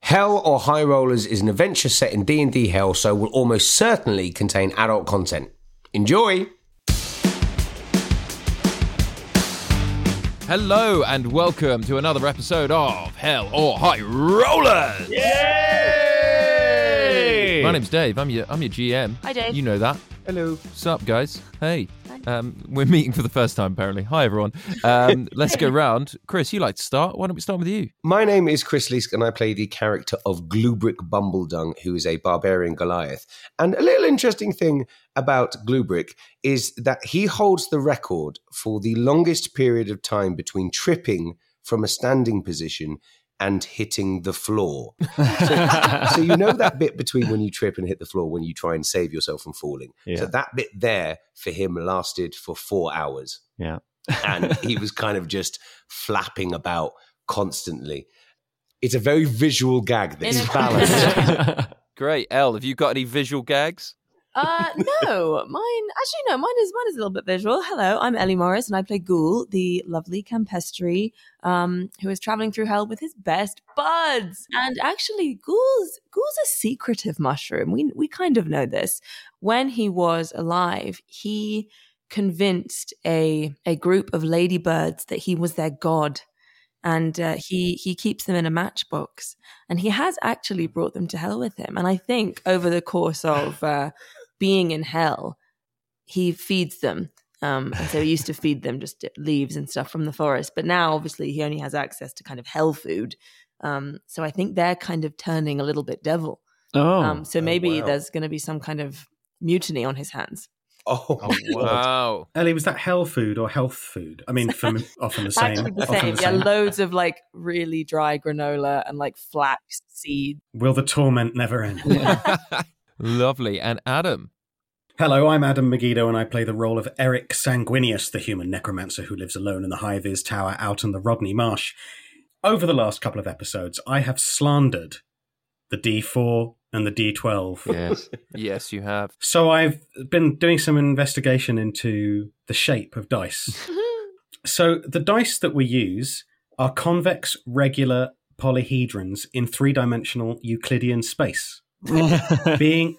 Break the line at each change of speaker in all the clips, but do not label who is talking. Hell or High Rollers is an adventure set in D&D Hell, so will almost certainly contain adult content. Enjoy!
Hello and welcome to another episode of Hell or High Rollers. Yay! My name's Dave. I'm your I'm your GM.
Hi, Dave.
You know that. Hello. What's up, guys? Hey. Um, we're meeting for the first time apparently. Hi everyone. Um, let's go round. Chris, you like to start? Why don't we start with you?
My name is Chris Leask, and I play the character of Glubrick Bumbledung, who is a barbarian Goliath. And a little interesting thing about Glubrick is that he holds the record for the longest period of time between tripping from a standing position and hitting the floor. So, so you know that bit between when you trip and hit the floor when you try and save yourself from falling. So that bit there for him lasted for four hours
Yeah.
and he was kind of just flapping about constantly. It's a very visual gag that
In
is
a-
balanced.
Great. L, have you got any visual gags?
Uh, no, mine actually no, mine is mine is a little bit visual. Hello, I'm Ellie Morris, and I play Ghoul, the lovely Campestri, um, who is traveling through hell with his best buds. And actually, Ghoul's Ghoul's a secretive mushroom. We we kind of know this. When he was alive, he convinced a a group of ladybirds that he was their god. And uh, he he keeps them in a matchbox, and he has actually brought them to hell with him. And I think over the course of uh, being in hell, he feeds them. Um, and so he used to feed them just leaves and stuff from the forest. But now, obviously, he only has access to kind of hell food. Um, so I think they're kind of turning a little bit devil.
Oh.
um, so
oh,
maybe
wow.
there's going to be some kind of mutiny on his hands.
Oh, my God.
Wow.
Ellie, was that hell food or health food? I mean, from often the same.
Actually, the
often
same.
the
Yeah,
same.
loads of like really dry granola and like flax seeds.
Will the torment never end?
Lovely. And Adam.
Hello, I'm Adam Megiddo, and I play the role of Eric Sanguinius, the human necromancer who lives alone in the high vis tower out in the Rodney Marsh. Over the last couple of episodes, I have slandered the D4 and the D12.
Yes. yes, you have.
So I've been doing some investigation into the shape of dice. so the dice that we use are convex, regular polyhedrons in three-dimensional Euclidean space. being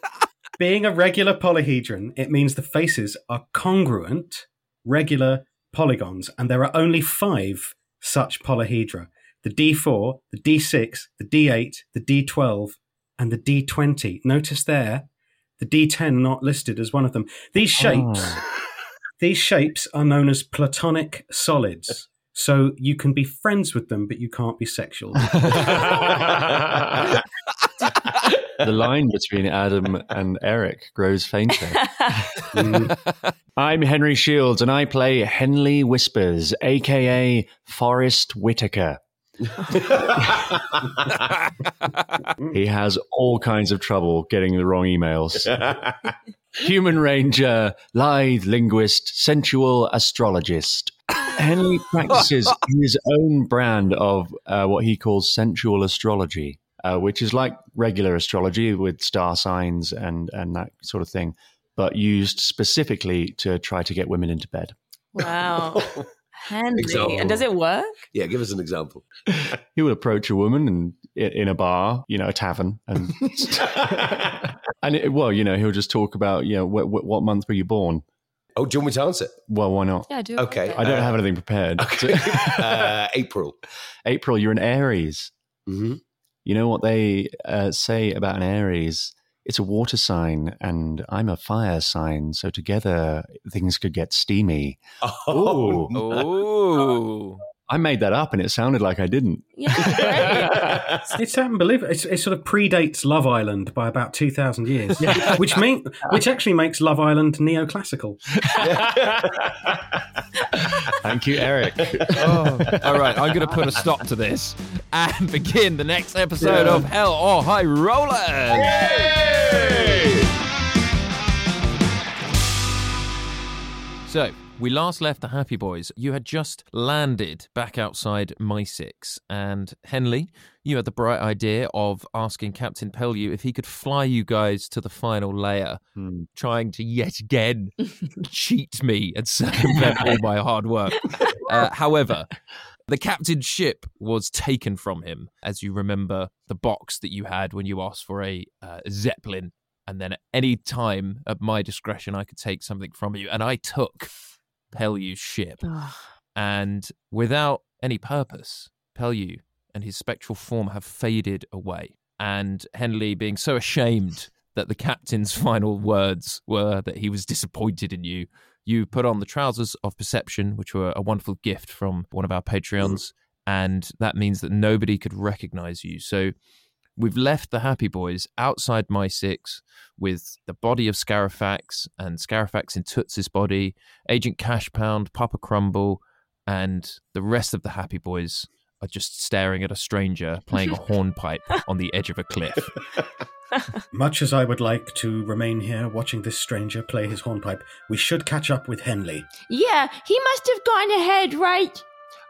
being a regular polyhedron, it means the faces are congruent, regular polygons, and there are only five such polyhedra: the D4, the D6, the D8, the D12, and the D20. Notice there the D10 not listed as one of them. These shapes, these shapes are known as platonic solids. So you can be friends with them, but you can't be sexual.
the line between Adam and Eric grows fainter.
Mm.
I'm Henry Shields, and I play Henley Whispers, aka Forrest Whitaker. he has all kinds of trouble getting the wrong emails. Human ranger, lithe linguist, sensual astrologist, Henley practices his own brand of uh, what he calls sensual astrology, uh, which is like regular astrology with star signs and, and that sort of thing, but used specifically to try to get women into bed.
Wow. Handy.
Example.
And does it work?
Yeah, give us an example.
He would approach a woman and, in a bar, you know, a tavern, and and it, well, you know, he'll just talk about you know wh- wh- what month were you born?
Oh, do you want me to answer?
Well, why not?
Yeah, I do.
Okay.
I don't have anything prepared.
uh, April.
April, you're an Aries.
Mm-hmm.
You know what they uh, say about an Aries? It's a water sign, and I'm a fire sign. So together, things could get steamy.
Oh,
Ooh.
Oh,
I made that up, and it sounded like I didn't.
Yeah, great.
It's unbelievable. It's, it sort of predates Love Island by about two thousand years, which mean, which actually makes Love Island neoclassical.
Thank you, Eric.
oh. all right. I'm going to put a stop to this and begin the next episode of Hell or High Rollers. So we last left the Happy Boys. You had just landed back outside My Six, and Henley, you had the bright idea of asking Captain Pellew if he could fly you guys to the final layer, trying to yet again cheat me and circumvent all my hard work. Uh, however, the captain's ship was taken from him, as you remember the box that you had when you asked for a uh, zeppelin. And then at any time, at my discretion, I could take something from you. And I took Pellew's ship. and without any purpose, Pellew and his spectral form have faded away. And Henley, being so ashamed that the captain's final words were that he was disappointed in you, you put on the trousers of perception, which were a wonderful gift from one of our Patreons. And that means that nobody could recognize you. So we've left the Happy Boys outside My Six with the body of Scarafax and Scarafax in Toots's body, Agent Cashpound, Papa Crumble, and the rest of the Happy Boys are just staring at a stranger playing a hornpipe on the edge of a cliff.
Much as I would like to remain here watching this stranger play his hornpipe, we should catch up with Henley.
yeah, he must have gone ahead, right?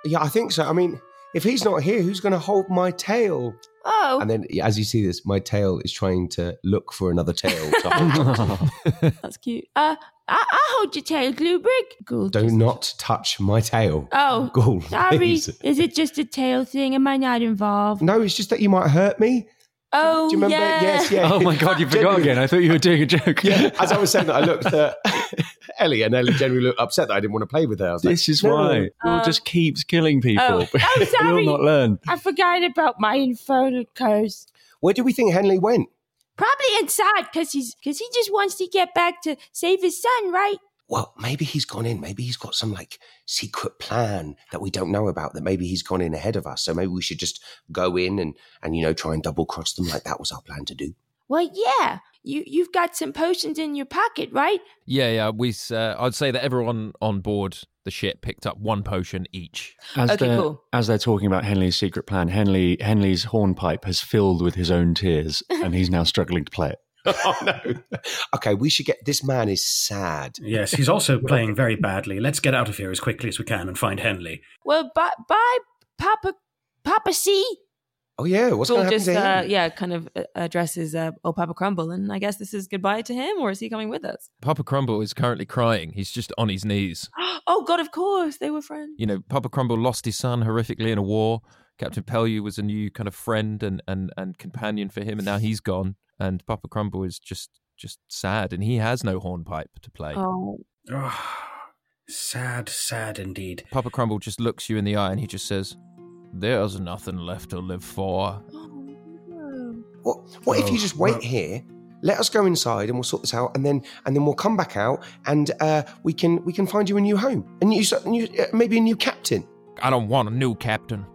yeah, I think so. I mean, if he's not here, who's going to hold my tail?
Oh,
And then, yeah, as you see this, my tail is trying to look for another tail. To hold.
that's cute. Uh, I- I'll hold your tail, Glubrig. Ghoul.
Do not touch my tail.
Oh,
Ghoul,
sorry.
please.
Is it just a tail thing? Am I not involved?
No, Oh, it's just that you might hurt me.
Oh,
Do you remember?
yeah.
Yes, yeah.
Oh my God, you forgot
Genuinely.
again. I thought you were doing a joke.
Yeah, as I was saying that, I looked at Ellie, and Ellie generally looked upset that I didn't want to play with her. I was like,
This is
"No."
why Paul just keeps killing people.
Uh, Oh, oh,
You'll
sorry.
not learn.
I forgot about my infernal curse.
Where do we think Henley went?
Probably inside, cause he's cause he just wants to get back to save his son, right?
Well, maybe he's gone in. Maybe he's got some like secret plan that we don't know about. That maybe he's gone in ahead of us. So maybe we should just go in and and you know try and double cross them like that was our plan to do.
Well, yeah. You you've got some potions in your pocket, right?
Yeah, yeah. We, s- uh, I'd say that everyone on board the ship picked up one potion each.
As
Okay,
they're,
cool.
As they're talking about Henley's secret plan, Henley Henley's hornpipe has filled with his own tears, and he's now struggling to play it.
oh no. Okay, we should get this man is sad.
Yes, he's also playing very badly. Let's get out of here as quickly as we can and find Henley.
Well, bye, bye, Papa, Papa C.
Oh yeah, what's
Ghoul
going to happen
just
to him?
uh, yeah, kind of uh, addresses uh, old Papa Crumble, and I guess this is goodbye to him, or is he coming with us?
Papa Crumble is currently crying. He's just on his knees.
Oh God, of course they were friends.
You know, Papa Crumble lost his son horrifically in a war. Captain Pellew was a new kind of friend and, and, and companion for him, and now he's gone. And Papa Crumble is just just sad, and he has no hornpipe to play.
Oh,
Ah, sad, sad indeed.
Papa Crumble just looks you in the eye, and he just says, "There's nothing left to live for."
What what if
Oh,
you just wait
well-
here? Let us go inside and we'll sort this out, and then and then we'll come back out and uh, we can we can find you a new home and you, so- and you uh, maybe a new captain.
I don't want a new captain.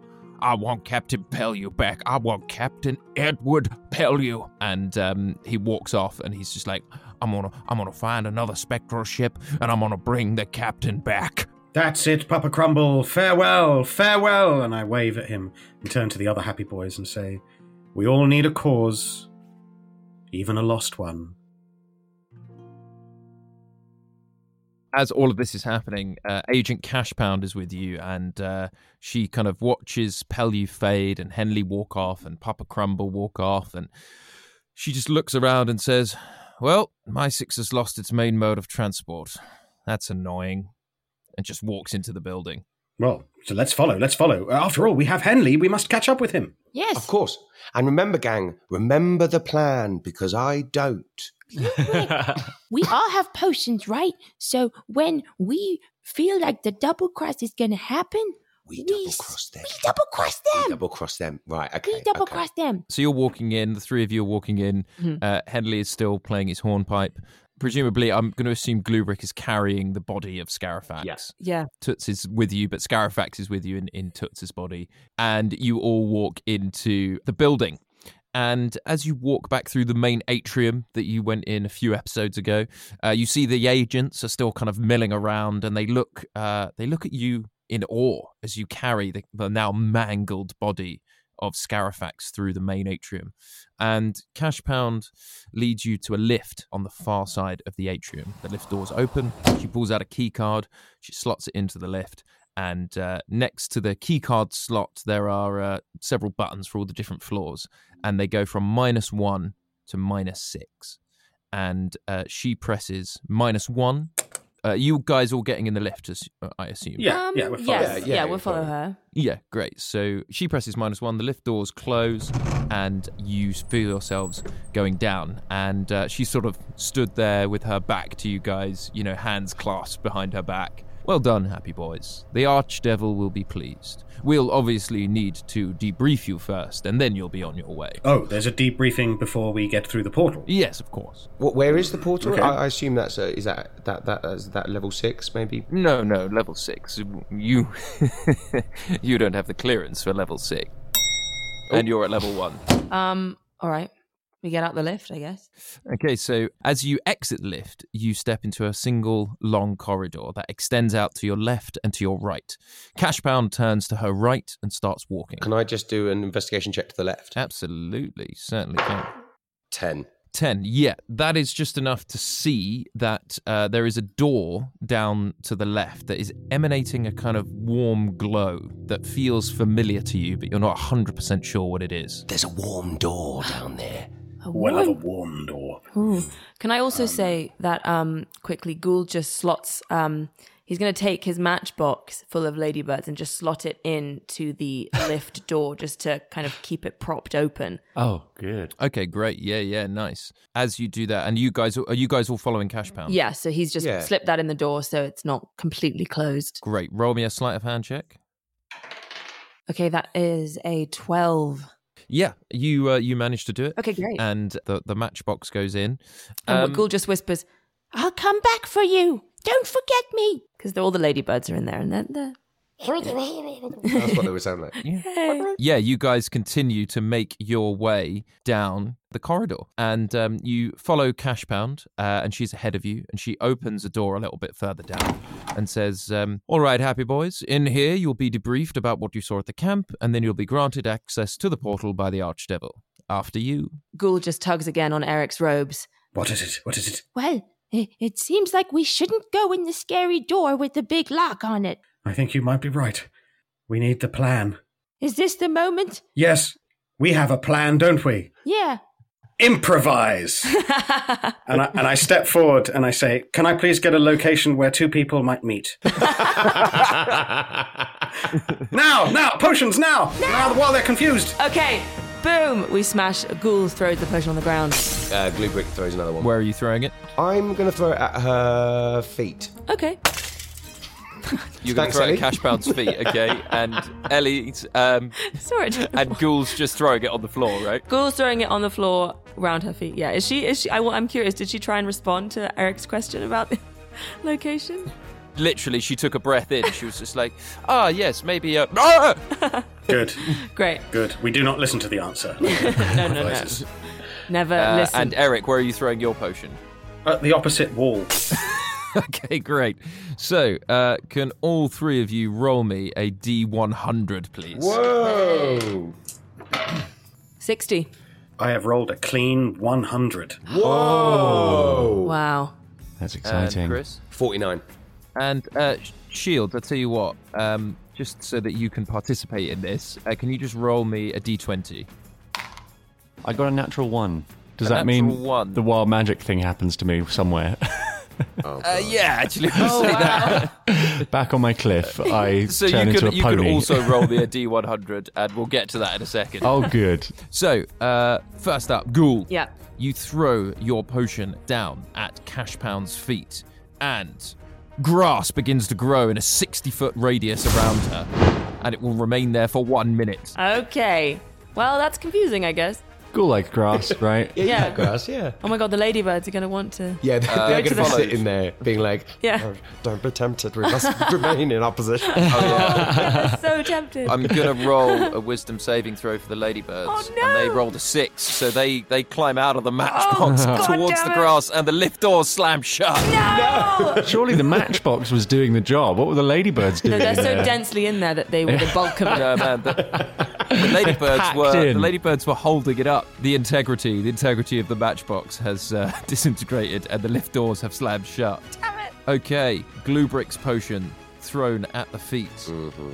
I want Captain Pellew back. I want Captain Edward Pellew. And um, he walks off, and he's just like, "I'm gonna, I'm gonna find another spectral ship, and I'm gonna bring the captain back."
That's it, Papa Crumble. Farewell, farewell. And I wave at him and turn to the other happy boys and say, We all need a cause, even a lost one.
as all of this is happening, uh, Agent Cashpound is with you, and uh, she kind of watches Pellew fade and Henley walk off and Papa Crumble walk off, and she just looks around and says, "Well, my six has lost its main mode of transport. That's annoying," and just walks into the building.
Well, so let's follow. Let's follow. Uh, After all, we have Henley. We must catch up with him.
Yes.
Of course. And remember, gang, remember the plan because I don't.
we all have potions, right? So when we feel like the double cross is gonna happen,
We
We
double
s-
cross them.
we double cross them.
We double cross them. Right. Okay.
we double
okay.
cross them.
So you're walking in, the three of you are walking in.
Mhm.
Uh, Henley is still playing his hornpipe. Presumably, I'm going to assume Glubrick is carrying the body of Scarafax.
Yeah.
Yeah.
Toots is with you, but Scarafax is with you in, in Toots's body. And you all walk into the building. And as you walk back through the main atrium that you went in a few episodes ago, uh, you see the agents are still kind of milling around, and they look uh, they look at you in awe as you carry the, the now mangled body of Scarafax through the main atrium. And Cash Pound leads you to a lift on the far side of the atrium. The lift doors open. She pulls out a key card. She slots it into the lift. And uh, next to the key card slot, there are uh, several buttons for all the different floors. And they go from minus one to minus six. And uh, she presses minus one. Uh, you guys all getting in the lift, as uh, I assume.
Yeah, yeah, we're following.
Um, yes,
Yeah,
yeah,
yeah,
we'll
we're
follow
following.
her.
Yeah, great. So she presses minus one, the lift doors close, and you feel yourselves going down. And uh, she sort of stood there with her back to you guys, you know, hands clasped behind her back. Well done, happy boys. The Archdevil will be pleased. We'll obviously need to debrief you first, and then you'll be on your way.
Oh, there's a debriefing before we get through the portal.
Yes, of course.
What, where is the portal?
Okay.
I, I assume that's a, is that that that that's that level six maybe.
No, no, level six. You, you don't have the clearance for level six,
Oh.
and you're at level one.
Um, all right. We get out the lift, I guess.
Okay, so as you exit the lift, you step into a single long corridor that extends out to your left and to your right. Cashbound turns to her right and starts walking.
Can I just do an investigation check to the left?
Absolutely, certainly can.
Ten.
10. Yeah, that is just enough to see that uh, there is a door down to the left that is emanating a kind of warm glow that feels familiar to you, but you're not 100% sure what it is.
There's a warm door down there.
A
We'll have a
warm-
warm door.
Ooh. Can I also say that um quickly Ghoul just slots um he's going to take his matchbox full of ladybirds and just slot it into the lift door just to kind of keep it propped open.
Oh, good.
Okay, great. Yeah, yeah, nice. As you do that, and you guys are you guys all following Cashbound?
Yeah, so he's just
Yeah.
slipped that in the door so it's not completely closed.
Great. Roll me a sleight of hand check.
Okay, that is a 12.
Yeah, you uh, you managed to do it.
Okay, great. Oh
And the the matchbox goes in.
and
Um,
what Ghoul just whispers
I'll come back for you. Don't forget me.
because all the ladybirds are in there and they're, they're
That's what they would sound like.
yeah, you guys continue to make your way down the corridor, and um, you follow Cash Pound, uh, and she's ahead of you, and she opens a door a little bit further down, and says, um, "All right, happy boys, in here you'll be debriefed about what you saw at the camp, and then you'll be granted access to the portal by the Archdevil. After you."
Ghoul just tugs again on Eric's robes.
What is it? What is it?
Well, it, it seems like we shouldn't go in the scary door with the big lock on it.
I think you might be right. We need the plan.
Is this the moment?
Yes, we have a plan, don't we?
Yeah.
Improvise. and, I, and I step forward and I say, "Can I please get a location where two people might meet?" now, now, potions now! Now, while they're confused.
Okay, boom! We smash. Ghoul throws the potion on the ground.
Uh, Gluebrick throws another one.
Where are you throwing it?
I'm gonna throw it at her feet.
Okay.
You're going to
Thanks,
throw it
Ellie.
at Cash Pound's feet, okay? And Ellie's um,
Sorry.
and Ghoul's just throwing it on the floor, right?
Ghoul's throwing it on the floor round her feet. Yeah. Is she? Is she? I, am curious. Did she try and respond to Eric's question about the location?
Literally, she took a breath in. She was just like, "Ah, yes, maybe." Uh, ah!"
Good,
Great.
good. We do not listen to the answer.
No, no, no. Never
Uh,
listen.
and Eric, where are you throwing your potion?
At the opposite wall.
Okay, great. So, uh, can all three of you roll me a D100, please?
Whoa!
Sixty.
I have rolled a clean 100.
Whoa!
Wow.
That's
And
exciting.
Chris,
Forty-nine.
And uh, Sh- Shield, I'll tell you what, um, just so that you can participate in this, uh, can you just roll me a d20?
I got a natural one. Does
A
that
natural
mean
one.
the wild magic thing happens to me somewhere?
Oh,
Uh,
God.
yeah, actually,
Oh,
Oh,
I'll say that.
Back on my cliff, I
so
turn
you
into
could,
a
you
pony.
could also roll me a d100, and we'll get to that in a second.
oh, good.
So, uh, first up, Ghoul.
Yeah.
You throw your potion down at Cash Pound's feet, and grass begins to grow in a 60 foot radius around her, and it will remain there for one minute.
Okay. Well, that's confusing, I guess.
Ghoul like grass, right?
Yeah.
grass, yeah.
Oh my god, the ladybirds are going to want to.
Yeah, they're,
Go
they're
to
going to be
the-
sitting there being like,
Yeah.
"Oh, don't be tempted. We must remain in opposition. Oh,
They're so tempted.
I'm gonna roll a wisdom saving throw for the ladybirds,
Oh,
and they
no. Oh,
rolled a six, so they they climb out of the matchbox
God
towards
damn
the
it.
grass, and the lift doors slam shut.
no!
Surely the matchbox was doing the job. What were the ladybirds doing?
no, they're
in
so
there?
densely in there that they were the bulk of it.
No, man, the, the ladybirds
Packed
were
in.
the ladybirds were holding it up. The integrity, the integrity of the matchbox has uh, disintegrated, and the lift doors have slammed shut. Damn it! Okay, Gluebrick's potion thrown at the feet.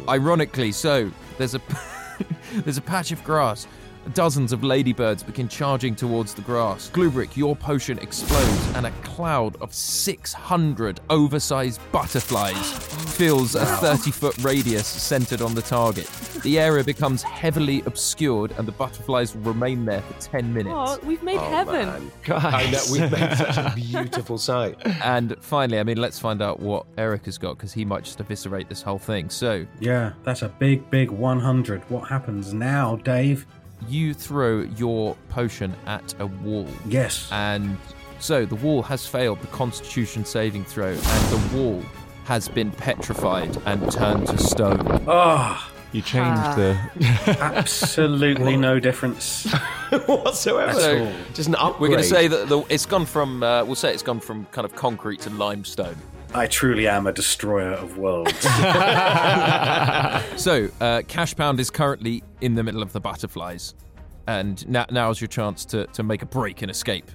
Ironically, so there's a there's a patch of grass. Dozens of ladybirds begin charging towards the grass. Glubrick, your potion explodes, and a cloud of 600 oversized butterflies fills a 30 foot radius centered on the target. The area becomes heavily obscured, and the butterflies will remain there for 10 minutes.
Oh, we've made heaven.
I know,
Guys.
we've made such a beautiful sight.
And finally, I mean, let's find out what Eric has got, because he might just eviscerate this whole thing. So,
Yeah, that's a big, big 100. What happens now, Dave?
you throw your potion at a wall.
Yes.
And so the wall has failed the constitution saving throw, and the wall has been petrified and turned to stone.
Ah,
You changed the.
absolutely no difference.
Whatsoever.
So-
Just an upgrade.
We're going to say that the, it's gone from, uh, we'll say it's gone from kind of concrete to limestone.
I truly am a destroyer of worlds.
So, uh, Cash Pound is currently in the middle of the butterflies, and now, now's your chance to, to make a break and escape.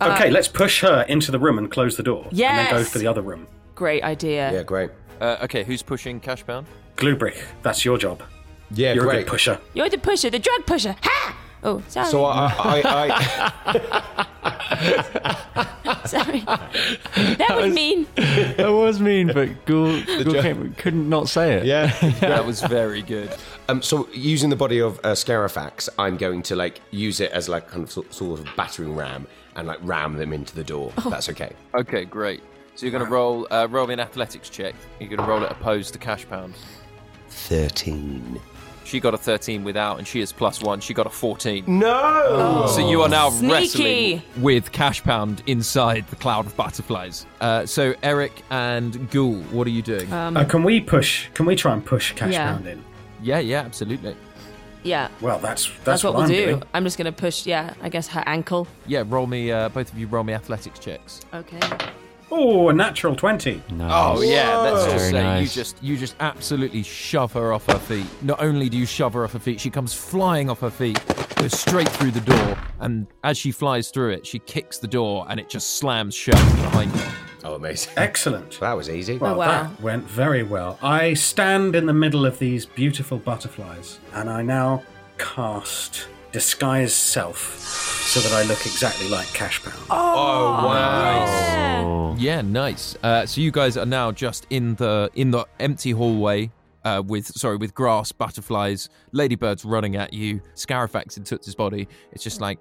okay, let's push her into the room and close the door. And then go
Yes.
for the other room.
Great idea.
Yeah, great.
Uh, okay, who's pushing Cash Pound?
Glubrick, that's your job.
Yeah,
You're a
great.
good pusher.
You're the pusher, the drug pusher. Ha! Oh, sorry.
So I, I, I,
sorry. That was mean.
that was mean, but Ghoul, Ghoul came, couldn't not say it.
yeah.
That was very good.
Um, so using the body of uh, Scarafax, I'm going to like use it as like kind of sort, sort of battering ram and like ram them into the door.
Oh.
That's okay.
Okay, great. So you're going to roll, uh, roll me an athletics check. You're going to roll it opposed to Cash Pound.
Thirteen.
She got a 13 without, and she is plus one. She got a 14.
No.
So you are now
Oh. Sneaky.
wrestling with Cash Pound inside the cloud of butterflies. Uh, so Eric and Ghoul, what are you doing?
Uh, can we push? Can we try and push Cash
Um, Yeah.
Pound in?
yeah, yeah, absolutely.
Yeah.
Well, that's that's,
That's, what, we'll
I'm
do.
doing.
I'm just gonna push. Yeah, I guess her ankle.
Yeah, roll me. Uh, both of you roll me athletics checks.
Okay.
Oh, a natural twenty.
Oh yeah, let's just
Very
say
nice.
you just you just absolutely shove her off her feet. Not only do you shove her off her feet, she comes flying off her feet, goes straight through the door, and as she flies through it, she kicks the door and it just slams shut behind her.
Oh, amazing.
Excellent.
That was easy.
Well,
wow.
that went very well. I stand in the middle of these beautiful butterflies, and I now cast disguise self so that I look exactly like Cash Pound.
oh wow.
Yeah, nice. Uh, so you guys are now just in the in the empty hallway uh, with sorry with grass, butterflies, ladybirds running at you. Scarafax in Toots's body. It's just like,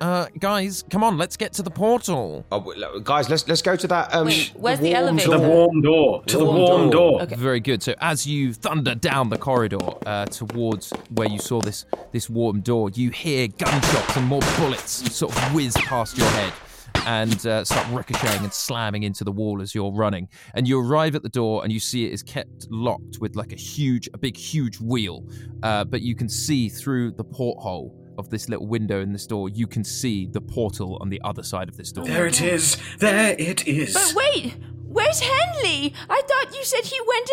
uh, guys, come on, let's get to the portal.
Oh, w- look, guys, let's let's go to that. Um,
Wait, where's the
warm
To the
elevator?
door.
warm door. To the
Warm
warm
door.
door.
Okay.
Very good. So as you thunder down the corridor uh, towards where you saw this this warm door, you hear gunshots and more bullets sort of whiz past your head and uh, start ricocheting and slamming into the wall as you're running. And you arrive at the door and you see it is kept locked with like a huge, a big, huge wheel. Uh, but you can see through the porthole of this little window in this door, you can see the portal on the other side of this door.
There it is. There it is.
But wait, where's Henley? I thought you said he went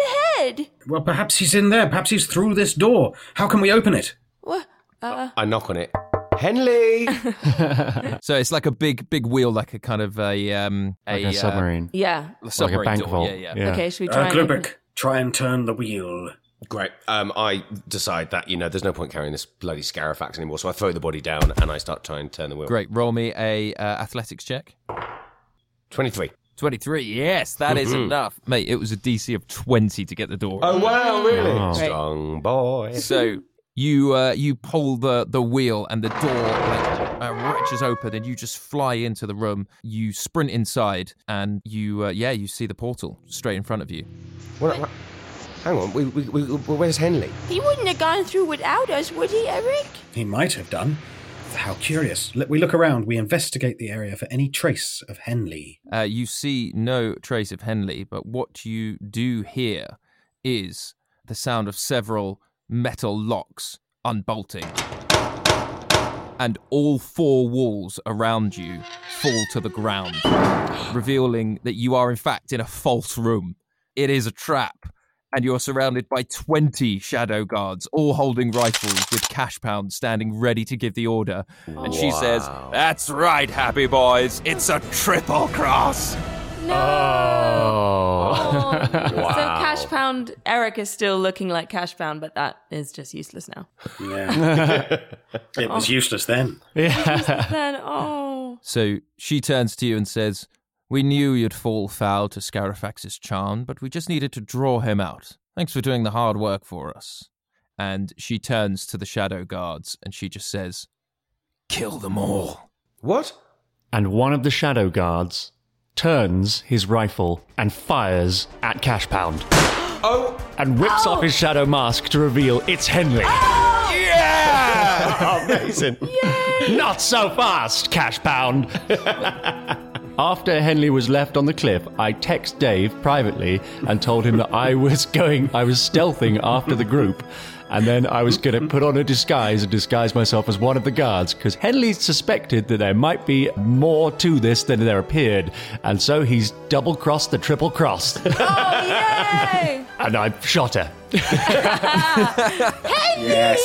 ahead.
Well, perhaps he's in there. Perhaps he's through this door. How can we open it?
Uh-uh.
What? Uh,
I knock on it. Henley.
so it's like a big, big wheel, like a kind of a um,
like a,
uh,
submarine.
Yeah.
submarine
like a bank
door.
vault.
Yeah, yeah.
Okay, should we try?
Uh,
and open-
Glubrick, try and turn the wheel.
Great. Um, I decide that you know there's no point carrying this bloody scarafax anymore, so I throw the body down and I start trying to turn the wheel.
Great. Roll me a uh, athletics check.
Twenty-three. Mm-hmm.
23. Yes, that is enough. Mate, it was a DC of 20 to get the door.
Oh wow! Really
Oh.
strong boy.
So you uh, you pull the, the wheel and the door like, uh, wretches open and you just fly into the room. You sprint inside and you, uh, yeah, you see the portal straight in front of you.
What- what- hang on. We, we, we, well, where's Henley?
He wouldn't have gone through without us, would he, Eric?
He might have done. How curious. Let- We look around. We investigate the area for any trace of Henley.
Uh, you see no trace of Henley, but what you do hear is the sound of several metal locks unbolting. And all four walls around you fall to the ground, revealing that you are, in fact, in a false room. It is a trap, and you are surrounded by 20 shadow guards, all holding rifles with cash pounds standing ready to give the order. And she says, That's right, happy boys, it's a triple cross.
No.
Oh.
So Cash Pound, Eric is still looking like Cash Pound, but that is just useless now.
Yeah. it
Oh.
was useless then.
yeah.
then, oh.
So she turns to you and says, We knew you'd fall foul to Scarafax's charm, but we just needed to draw him out. Thanks for doing the hard work for us. And she turns to the shadow guards and she just says, Kill them all.
What?
And one of the shadow guards turns his rifle and fires at Cash Pound. Oh! And whips off his shadow mask to reveal it's Henley.
Oh.
Amazing.
Not so fast, Cash Pound. After Henley was left on the cliff, I text Dave privately and told him that I was going, I was stealthing after the group, and then I was going to put on a disguise and disguise myself as one of the guards because Henley suspected that there might be more to this than there appeared, and so he's double crossed the triple crossed,
Oh, yay!
and I shot her.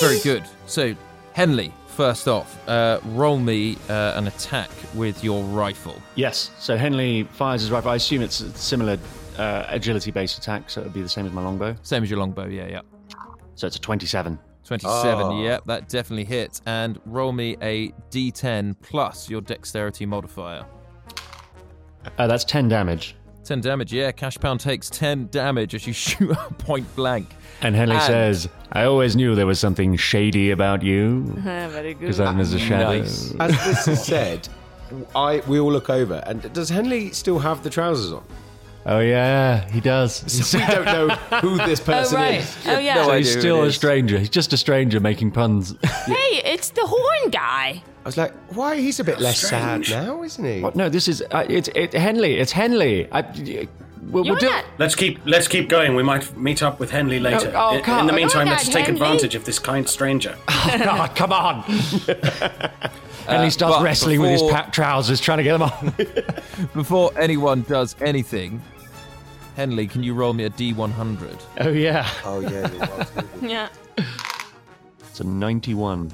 Very good. So, Henley, first off, uh, roll me uh, an attack with your rifle.
Yes. So Henley fires his rifle. I assume it's a similar uh, agility-based attack, so it would be the same as my longbow.
Same as your longbow, yeah, yeah.
So it's a 27.
27,
Ah.
Ah.
yep, that definitely hits. And roll me a d10 plus your dexterity modifier.
Uh, that's 10 damage.
10 damage, yeah. Cash Pound takes 10 damage as you shoot her point blank.
And Henley
And-
says, I always knew there was something shady about you
Mm-hmm.
Ah, very good.
because I'm as a shadow.
Nice.
As this is said, I we all look over, and does Henley still have the trousers on?
Oh, yeah, he does.
So we don't know who this
Oh,
person
right.
is.
Oh, yeah.
No idea
He's
who
still
it
a
is.
stranger. He's just a stranger making puns.
Hey, it's the horn guy.
I was like, why? He's a bit less sad now, isn't he?
What? No, this is. Uh, it's it, Henley. It's Henley. I, y- we'll,
You're
we'll do-
not.
Let's keep let's keep going. We might meet up with Henley later.
oh,
In- in,
come- Oh,
the meantime,
oh,
let's
God,
take
Henley.
advantage of this kind stranger.
God, come on. Henley starts
uh, but
wrestling with his
before-
packed trousers, trying to get them on.
Before anyone does anything, Henley, can you roll me a d100?
oh, yeah.
Oh yeah, you're right.
Yeah.
It's a 91.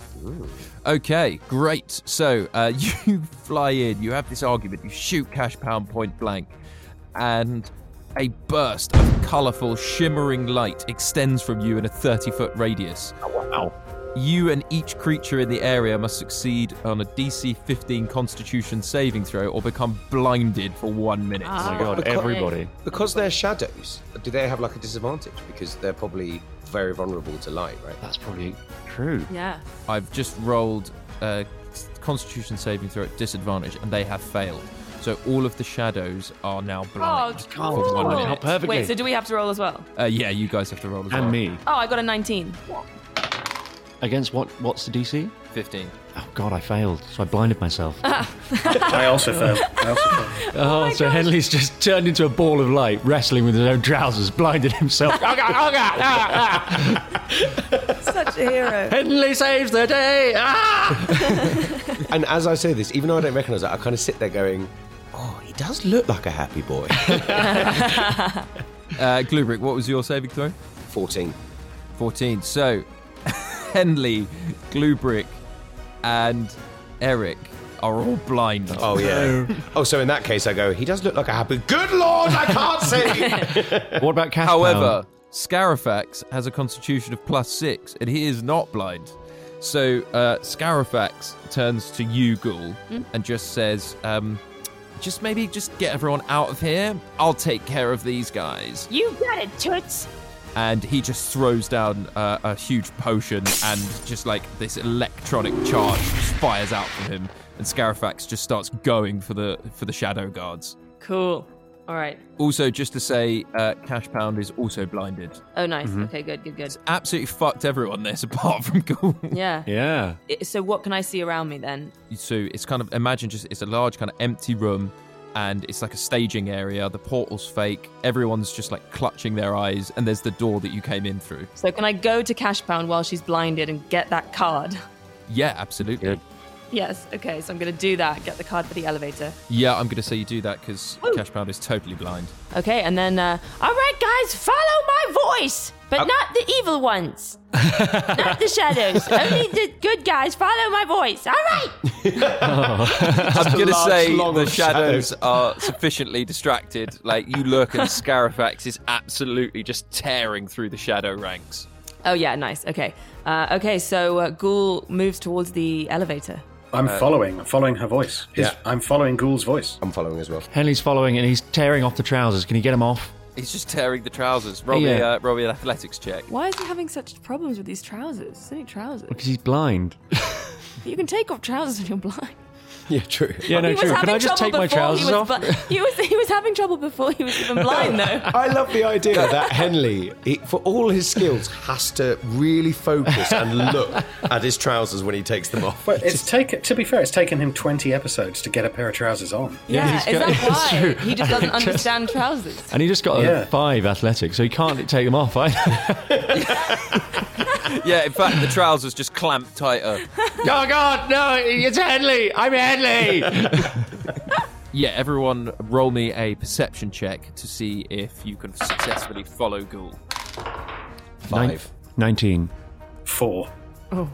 Okay, great. So uh, you fly in, you have this argument, you shoot Cash Pound point blank, and a burst of colourful, shimmering light extends from you in a 30 foot radius.
Wow.
You and each creature in the area must succeed on a DC 15 Constitution saving throw or become blinded for one minute.
Oh, my God. Everybody.
Ah. because they're shadows. Do they have like a disadvantage because they're probably very vulnerable to light, right?
That's probably true.
Yeah.
I've just rolled a Constitution saving throw at disadvantage, and they have failed. So all of the shadows are now blind
Oh,
for one minute.
How perfectly.
Wait, so do we have to roll as well?
Uh, yeah, you guys have to roll as well.
and me.
Oh, I got a 19.
Against what? What's the DC?
15.
Oh God, I failed. So I blinded myself.
I also failed. I also failed.
oh, so Henley's just turned into a ball of light, wrestling with his own trousers, blinded himself. oh God, oh God, ah, ah.
Such a hero.
Henley saves the day. Ah!
And as I say this, even though I don't recognise it, I kind of sit there going, "Oh, he does look like a happy boy."
Uh, Glubrick, what was your saving throw?
Fourteen.
14. So, Henley, Glubrick, and Eric are all blind.
Oh yeah. oh, so in that case, I go. He does look like a happy. Good lord, I can't see.
What about Cash?
However, Scarafax has a constitution of plus six, and he is not blind. So uh, Scarafax turns to you, Ghoul, and just says, um, "Just maybe, just get everyone out of here. I'll take care of these guys."
You got it, Toots.
And he just throws down uh, a huge potion, and just like this electronic charge just fires out from him, and Scarafax just starts going for the for the shadow guards.
Cool. All right.
Also, just to say, uh, Cash Pound is also blinded.
Oh, nice.
Mm-hmm.
Okay, good, good, good.
It's absolutely fucked everyone this apart from Ghoul.
Yeah.
Yeah.
I- So what can I see around me then?
so it's kind of imagine just it's a large kind of empty room and it's like a staging area the portal's fake everyone's just like clutching their eyes and there's the door that you came in through
So can I go to Cash Pound while she's blinded and get that card?
yeah absolutely
Good.
yes. Okay. So I'm gonna do that. Get the card for the elevator.
yeah i'm gonna say you do that because cash pound is totally blind
Okay. And then uh,
All right, guys, follow my voice, but not the evil ones, not the shadows. Only the good guys follow my voice. All right.
Oh.
i'm gonna
large
say
long
the
of
shadows are sufficiently distracted like you look and scarafax is absolutely just tearing through the shadow ranks
oh yeah, nice. Okay. Uh, okay. So uh, Ghoul moves towards the elevator.
I'm following. I'm following her voice. His-
Uh, yeah.
I'm following Ghoul's voice.
I'm following as well.
Henley's following and he's tearing off the trousers. Can you get him off?
he's just tearing the trousers roll, me,
Yeah.
uh, roll me an athletics check
Why is he having such problems with these trousers? So many trousers.
Because he's blind.
You can take off trousers when you're blind.
Yeah, true.
Yeah, no,
he was
true. Can
having
I just
trouble
take my
before
trousers
he
off?
was Bl- he was he was having trouble before he was even blind though.
I love the idea that Henley, he, for all his skills, has to really focus and look at his trousers when he takes them off.
But it's taken. To be fair, it's taken him 20 episodes to get a pair of trousers on.
Yeah,
he's
is
got-
that
it's
why?
true.
He just doesn't
Just-
understand trousers.
and he just got a
Yeah.
five athletics, so he can't take them off. I-
yeah in fact the trousers just clamp tighter
oh God, no! It's Henley. I'm Henley.
Yeah, everyone, roll me a perception check to see if you can successfully follow Ghoul.
Five.
Nineteen.
Four.
Oh.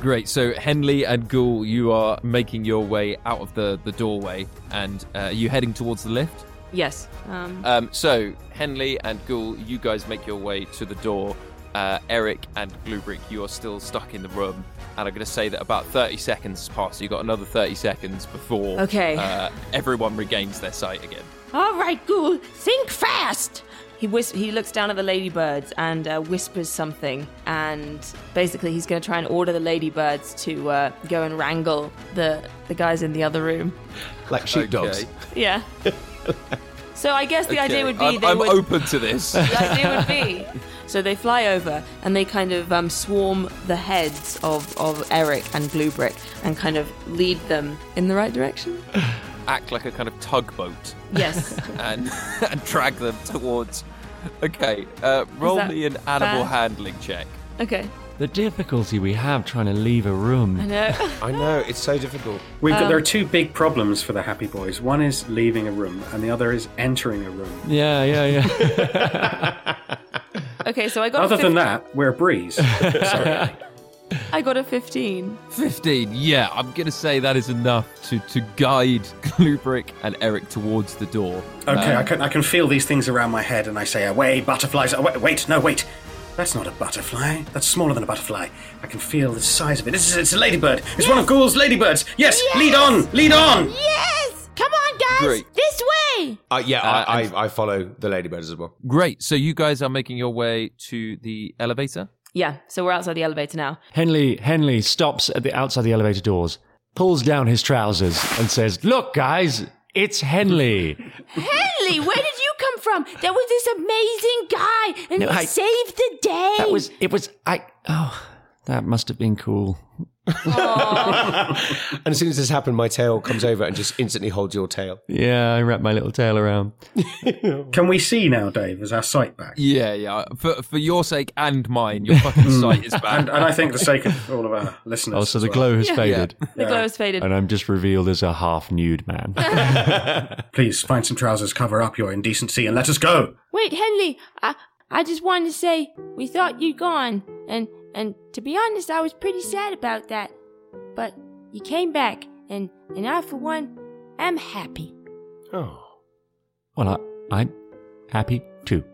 Great. So Henley and Ghoul, you are making your way out of the the doorway, and uh, are you heading towards the lift.
Yes. Um,
Um, so Henley and Ghoul, you guys make your way to the door. Uh, Eric and Glubrick, you are still stuck in the room, and I'm going to say that about 30 seconds has passed. You got another 30 seconds before
Okay.
uh, everyone regains their sight again.
All right, ghoul, think fast.
he whis- he looks down at the ladybirds and uh, whispers something, and basically he's going to try and order the ladybirds to uh, go and wrangle the the guys in the other room.
Like sheepdogs.
Okay.
Yeah. so I guess the idea
Okay.
would be
I'm,
they
I'm
would.
open to this.
the idea would be. So they fly over and they kind of um, swarm the heads of, of Eric and Glubrick and kind of lead them in the right direction.
Act like a kind of tugboat.
Yes.
and and drag them towards. Okay, uh, roll
that
me an animal
fair?
handling check.
okay.
The difficulty we have trying to leave a
I
room.
know.
I know, it's so difficult.
We've
Um,
got. There are two big problems for the Happy Boys. One is leaving a room, and the other is entering a room.
Yeah, yeah, yeah.
Okay, so I got
Other
a fif-
than that, Uh, we're a breeze. Sorry.
I got a 15.
Fifteen. Yeah, I'm gonna say that is enough to to guide Glubrick and Eric towards the door. Uh,
Okay,
Um,
I can I can feel these things around my head, and I say, "Away, butterflies! Away, wait, no, wait." That's not a butterfly. That's smaller than a butterfly. I can feel the size of it. It's, it's a ladybird. It's one of Ghoul's ladybirds. Yes, lead on, lead on.
Yes, come on, guys,
Great.
this way.
Uh, yeah, I, I, I follow the ladybirds as well.
Great. So you guys are making your way to the elevator.
Yeah, so we're outside the elevator now.
Henley, Henley stops at the outside the elevator doors, pulls down his trousers, and says, "Look, guys, it's Henley."
Henley, where did you come from? There was this amazing guy, and
No,
he
I-
saved the day.
That was it. Was I? Oh, that must have been cool.
And as soon as this happened, my tail comes over and just instantly holds your tail.
Yeah, I wrapped my little tail around.
Can we see now, Dave? Is our sight back?
Yeah, yeah. Uh, For for your sake and mine, your fucking sight is
Hmm. And,
back.
and I think the sake of all of our listeners.
Oh, so
as
the
well.
glow has faded,
The glow has faded.
and I'm just revealed as a half nude man.
Please find some trousers, cover up your indecency, and let us go.
Wait, Henley, I I just wanted to say we thought you'd gone, and and to be honest, I was pretty sad about that. but you came back, and, and I, for one, am happy.
Oh.
Well, I, I'm happy too.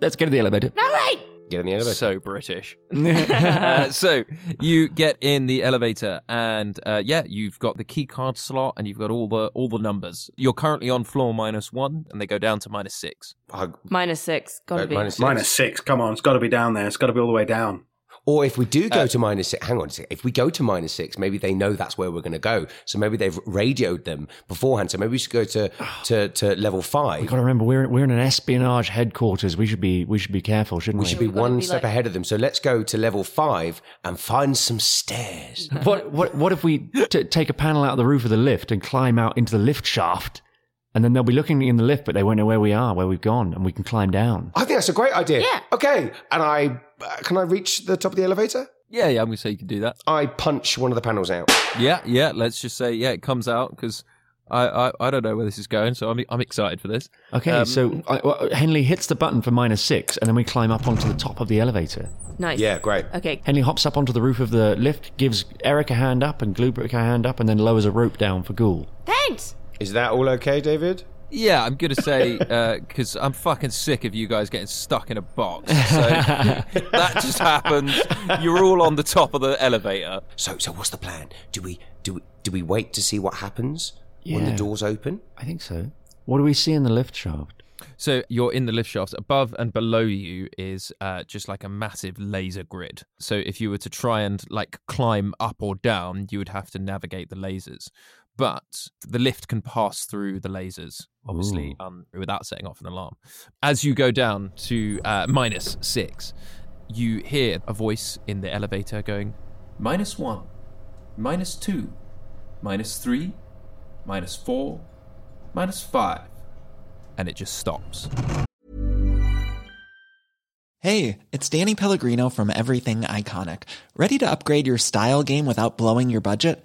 Let's get to the elevator.
All right!
Get in the elevator.
So British. Uh, so you get in the elevator, and uh, yeah, you've got the key card slot, and you've got all the all the numbers. You're currently on floor minus one, and they go down to minus six.
Hug-
Minus six. Gotta
uh,
be.
minus six.
Minus six. Come on, it's got to be down there. It's got to be all the way down.
Or if we do go
Uh,
to minus six, hang on a sec. If we go to minus six, maybe they know that's where we're going to go. So maybe they've radioed them beforehand. So maybe we should go to to, to level
We
five.
got to remember we're we're in an espionage headquarters. We should be we should be careful, shouldn't we?
We should be
We've gotta
one
be
step
like-
ahead of them. So let's go to level five and find some stairs.
What what what if we t- take a panel out of the roof of the lift and climb out into the lift shaft, and then they'll be looking in the lift, but they won't know where we are, where we've gone, and we can climb down.
I think that's a great idea.
Yeah.
Okay. And I uh, can I reach the top of the elevator?
Yeah, yeah, I'm gonna say you can do that.
I punch one of the panels out.
Yeah, yeah. Let's just say yeah, it comes out because I, I I don't know where this is going, so I'm I'm excited for this.
Okay,
Um,
so I, well, Henley hits the button for minus six, and then we climb up onto the top of the elevator.
Nice.
Yeah, great.
Okay.
Henley hops up onto the roof of the lift, gives Eric a hand up and Glubrick a hand up, and then lowers a rope down for Ghoul.
Thanks!
Is that all okay, David?
Yeah, I'm gonna say because I'm fucking sick of you guys getting stuck in a box. So that just happens. You're all on the top of the elevator.
So so what's the plan? Do we do we, do we wait to see what happens when the
Yeah.
doors open?
I think so. What do we see in the lift shaft?
So you're in the lift shaft. Above and below you is uh, just like a massive laser grid. So if you were to try and like climb up or down, you would have to navigate the lasers. But the lift can pass through the lasers, obviously, um, without setting off an alarm. As you go down to uh, minus six, you hear a voice in the elevator going, minus one, minus two, minus three, minus four, minus five and it just stops.
Hey, it's Danny Pellegrino from Everything Iconic. Ready to upgrade your style game without blowing your budget?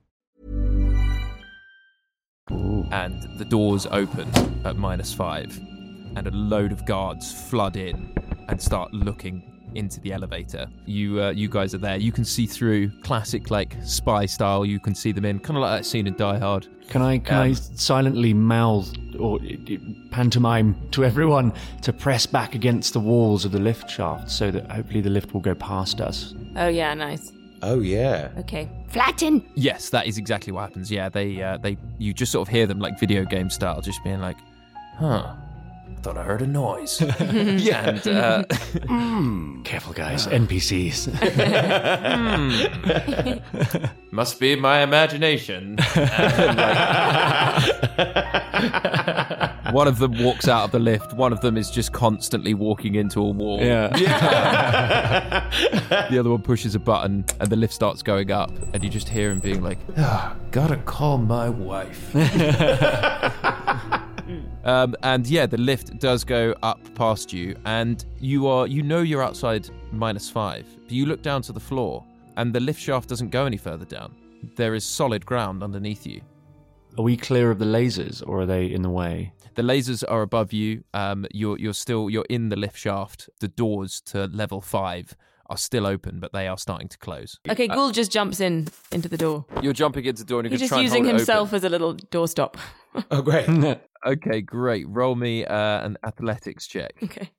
And the doors open at minus five, and a load of guards flood in and start looking into the elevator. You, uh, you guys are there. You can see through classic like spy style. You can see them in kind of like that scene in Die Hard.
Can I can I
Um,
silently mouth or uh, pantomime to everyone to press back against the walls of the lift shaft so that hopefully the lift will go past us?
Oh yeah. Nice.
Oh yeah.
Okay.
Flatten!
Yes, that is exactly what happens. Yeah, they, uh, they, you just sort of hear them like video game style, just being like, "Huh." I Thought I heard a noise. yeah, and, uh,
Careful, Hmm. guys. NPCs.
Hmm.
Hmm.
must be my imagination. one of them walks out of the lift. One of them is just constantly walking into a wall. The other one pushes a button, and the lift starts going up. And you just hear him being like, "Ah, "Gotta call my wife." um, and yeah, the lift does go up past you, and you are you know you're outside minus five. But you look down to the floor, and the lift shaft doesn't go any further down. There is solid ground underneath you.
Are we clear of the lasers, or are they in the way?
The lasers are above you. Um, you're you're still you're in the lift shaft. The doors to level five are still open, but they are starting to close. Uh,
Okay. Ghoul just jumps in into the door.
You're jumping into the door and you're
He's
gonna
just
try and
using
hold it
himself as a little doorstop.
Oh great.
Open. Okay, great. Roll me uh, an athletics check.
okay.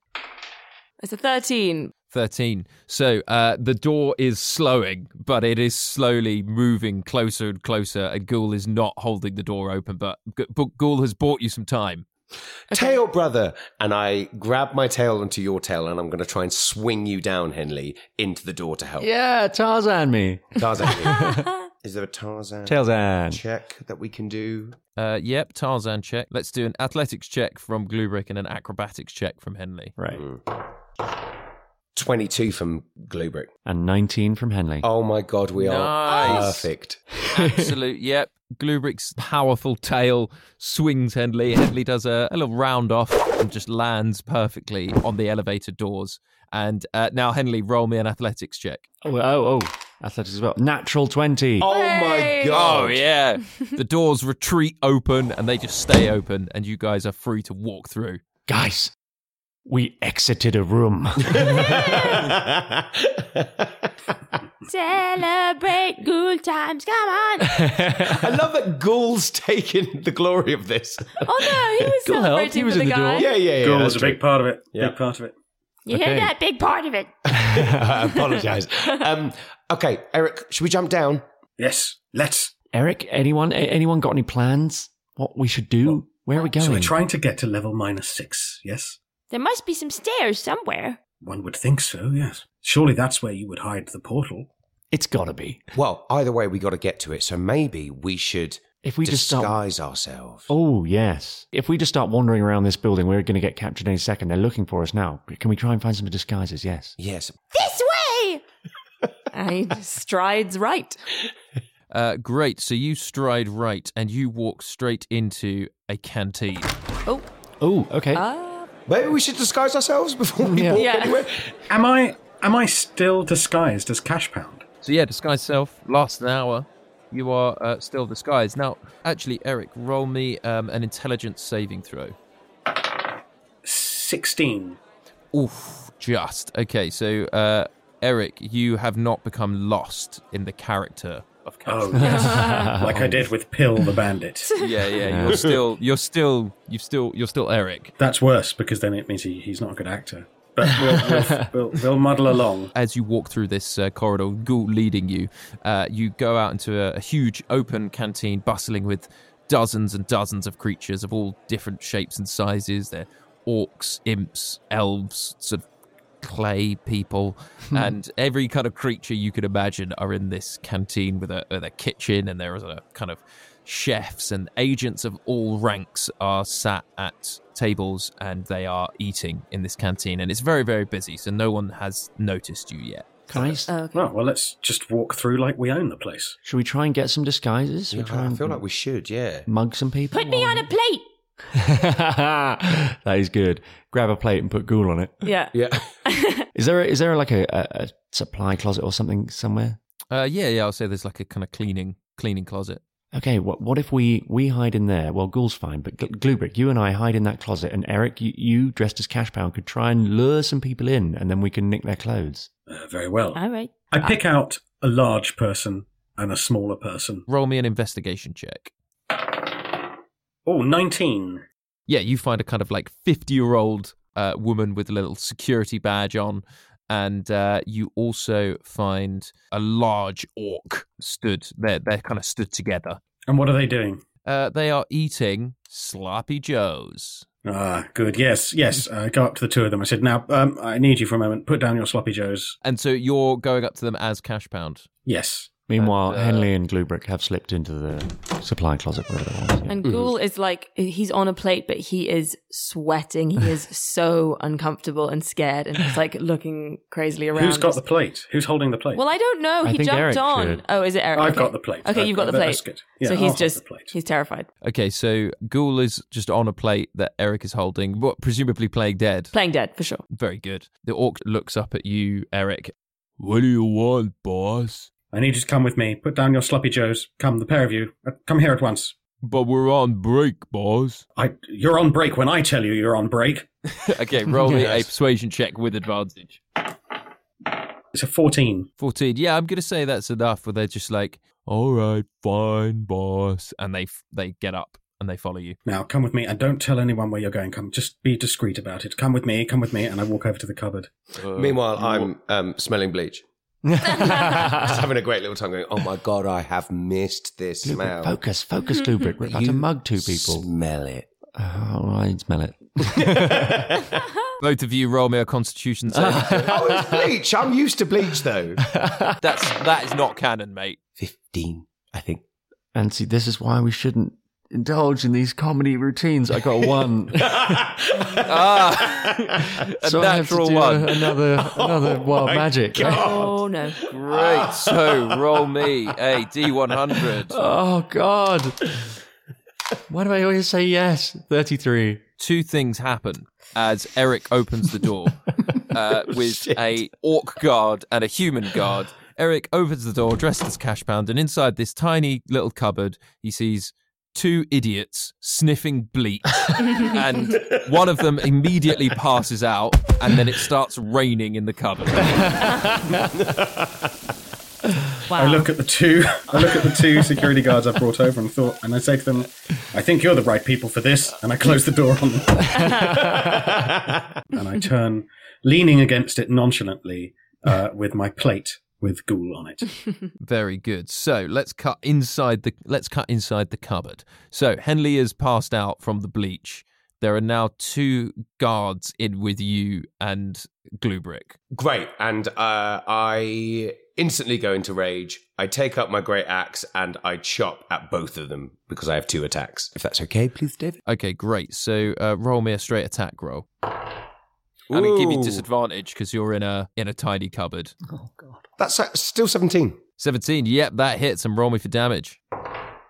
It's a 13.
13. So uh, the door is slowing, but it is slowly moving closer and closer. And Ghoul is not holding the door open, but, G- but Ghoul has bought you some time.
Tail brother, and I grab my tail onto your tail, and I'm going to try and swing you down, Henley, into the door to help.
Yeah, Tarzan me.
Tarzan. Is there a Tarzan
Tarzan.
check that we can do?
Uh, yep, Tarzan check. Let's do an athletics check from Glubrick and an acrobatics check from Henley.
Right.
22 Hmm. from Glubrick.
And 19 from Henley.
Oh my god, we are
Nice.
perfect.
Absolute, yep. Glubrick's powerful tail swings Henley. Henley does a, a little round off and just lands perfectly on the elevator doors. And uh, now, Henley, roll me an athletics check.
Oh, oh, oh. Athletics as well. Natural 20.
Oh my god.
Oh yeah. the doors retreat open and they just stay open and you guys are free to walk through.
Guys, we exited a room.
Celebrate good times. Come on.
I love that Ghoul's taken the glory of this.
Oh no, he was
Ghoul helped.
celebrating
He was
for
in
the,
the door.
guy.
Yeah, yeah, yeah.
Ghoul
that's
was a
true.
big part of it.
Yeah.
Big part of it.
You
Okay.
hear that big part of it?
I apologize. Um, okay, Eric, should we jump down?
Yes, let's.
Eric, anyone a- anyone got any plans? What we should do? Where are we going?
So we're trying to get to level minus six. Yes,
There must be some stairs somewhere.
one would think so. Yes, surely that's where you would hide the portal.
it's got to be.
Well, either way, we got to get to it. So maybe we should
If we just start
disguise ourselves.
Oh, yes. If we just start wandering around this building, we're going to get captured any second. They're looking for us now. Can we try and find some disguises? Yes.
Yes.
This way.
And he strides right.
Uh, great. So you stride right and you walk straight into a canteen.
Oh,
Oh, okay.
ah.
Maybe we should disguise ourselves before we
Yeah.
walk
Yeah.
anywhere.
Am I? Am I still disguised as Cash Pound?
So yeah, disguise self. Last an hour, you are uh, still disguised. Now, actually, Eric, roll me um, an intelligence saving throw.
Sixteen.
Oof, just okay. So uh, Eric, you have not become lost in the character of Cash.
Oh, yes. like I did with Pill the Bandit.
Yeah, yeah. You're still, you're still, you've still, you're still Eric.
That's worse because then it means he, he's not a good actor. But we'll, we'll, we'll, we'll muddle along.
as you walk through this uh, corridor, Ghoul leading you, uh, you go out into a, a huge open canteen bustling with dozens and dozens of creatures of all different shapes and sizes. They're orcs, imps, elves, sort of clay people, Uh, and every kind of creature you could imagine are in this canteen with a, with a kitchen, and there is a kind of chefs and agents of all ranks are sat at tables and they are eating in this canteen and it's very very busy so no one has noticed you yet
Can I s-
Oh, well, let's just walk through like we own the place.
should we try and get some disguises? Should we try
I
and
feel like we should, yeah.
mug some people?
Put me on
Oh,
a plate.
that is good. Grab a plate and put ghoul on it.
Yeah.
Yeah.
Is there a, is there like a, a, a supply closet or something somewhere?
uh yeah yeah i'll say there's like a kind of cleaning cleaning closet
Okay, what what if we we hide in there? Well, Ghoul's fine, but Gl- Glubrick, you and I hide in that closet, and Eric, you, you dressed as Cash Pound could try and lure some people in, and then we can nick their clothes.
Uh, very well.
All right.
I pick out a large person and a smaller person.
roll me an investigation check
Oh, 19.
yeah, you find a kind of like 50 year old uh, woman with a little security badge on. And uh, you also find a large orc stood. They're, they're kind of stood together.
And what are they doing?
Uh, they are eating sloppy joes.
Ah, good. Yes, yes. I go up to the two of them. I said, now, um, I need you for a moment. Put down your sloppy joes.
And so you're going up to them as Cash Pound.
Yes.
Meanwhile,
And, uh,
Henley and Glubrick have slipped into the supply closet. Whatever that was, yeah.
Hmm.
And Ghoul
Mm-hmm.
is like, he's on a plate, but he is sweating. He is so uncomfortable and scared and he's like looking crazily around.
Who's got the plate? Who's holding the plate?
Well, I don't know.
I
he
think
jumped
Eric
on.
should.
Oh, is it Eric?
I've
Okay.
got the plate.
Okay,
I've
you've got the
got-
plate.
that's good. Yeah,
so
I'll
he's
hold
just,
the plate.
he's terrified.
Okay, so Ghoul is just on a plate that Eric is holding, but presumably playing dead.
Playing dead, for sure.
Very good. The orc looks up at you, Eric. What do you want, boss?
I need you to come with me. Put down your sloppy joes. Come, the pair of you. Uh, Come here at once.
But we're on break, boss.
I, you're on break when I tell you you're on break.
okay, roll me a
Yes.
persuasion check with advantage.
It's a 14.
14. Yeah, I'm going to say that's enough where they're just like, all right, fine, boss. And they f- they get up and they follow you.
Now, come with me and don't tell anyone where you're going. Come, just be discreet about it. Come with me, come with me. And I walk over to the cupboard.
Uh,
Meanwhile, I'm um, smelling bleach. Just having a great little time going, oh my God, I have missed this smell.
Focus, focus, Glubrick. We're about
You
to mug two people.
Smell it.
Oh, I smell it.
Both of you roll me a Constitution save.
Oh, it's bleach. I'm used to bleach though.
That's that is not canon, mate.
15, I think.
And see, this is why we shouldn't indulge in these comedy routines. I got one.
Ah, a
so I have to
natural
do
one.
Another, another wild magic.
Oh no.
Great. So roll me a D100.
Oh God! Why do I always say yes? Thirty-three.
Two things happen as Eric opens the door uh, with a orc guard and a human guard. Eric opens the door dressed as Cash Pound, and inside this tiny little cupboard, he sees two idiots sniffing bleach, and one of them immediately passes out, and then it starts raining in the cupboard.
I look at the two. I look at the two security guards I brought over and thought, and I say to them, "I think you're the right people for this." And I close the door on them. and I turn, leaning against it nonchalantly, uh, with my plate with ghoul on it.
Very good. So let's cut inside the let's cut inside the cupboard. So Henley is passed out from the bleach. There are now two guards in with you and Glubrick.
Great. And uh, I instantly go into rage. I take up my great axe and I chop at both of them because I have two attacks. If that's okay, please, David.
Okay, great. So uh, roll me a straight attack roll. I'm gonna give you
Ooh.
disadvantage because you're in a in a tiny cupboard.
That's uh, still 17.
Seventeen. Yep, that hits. And roll me for damage.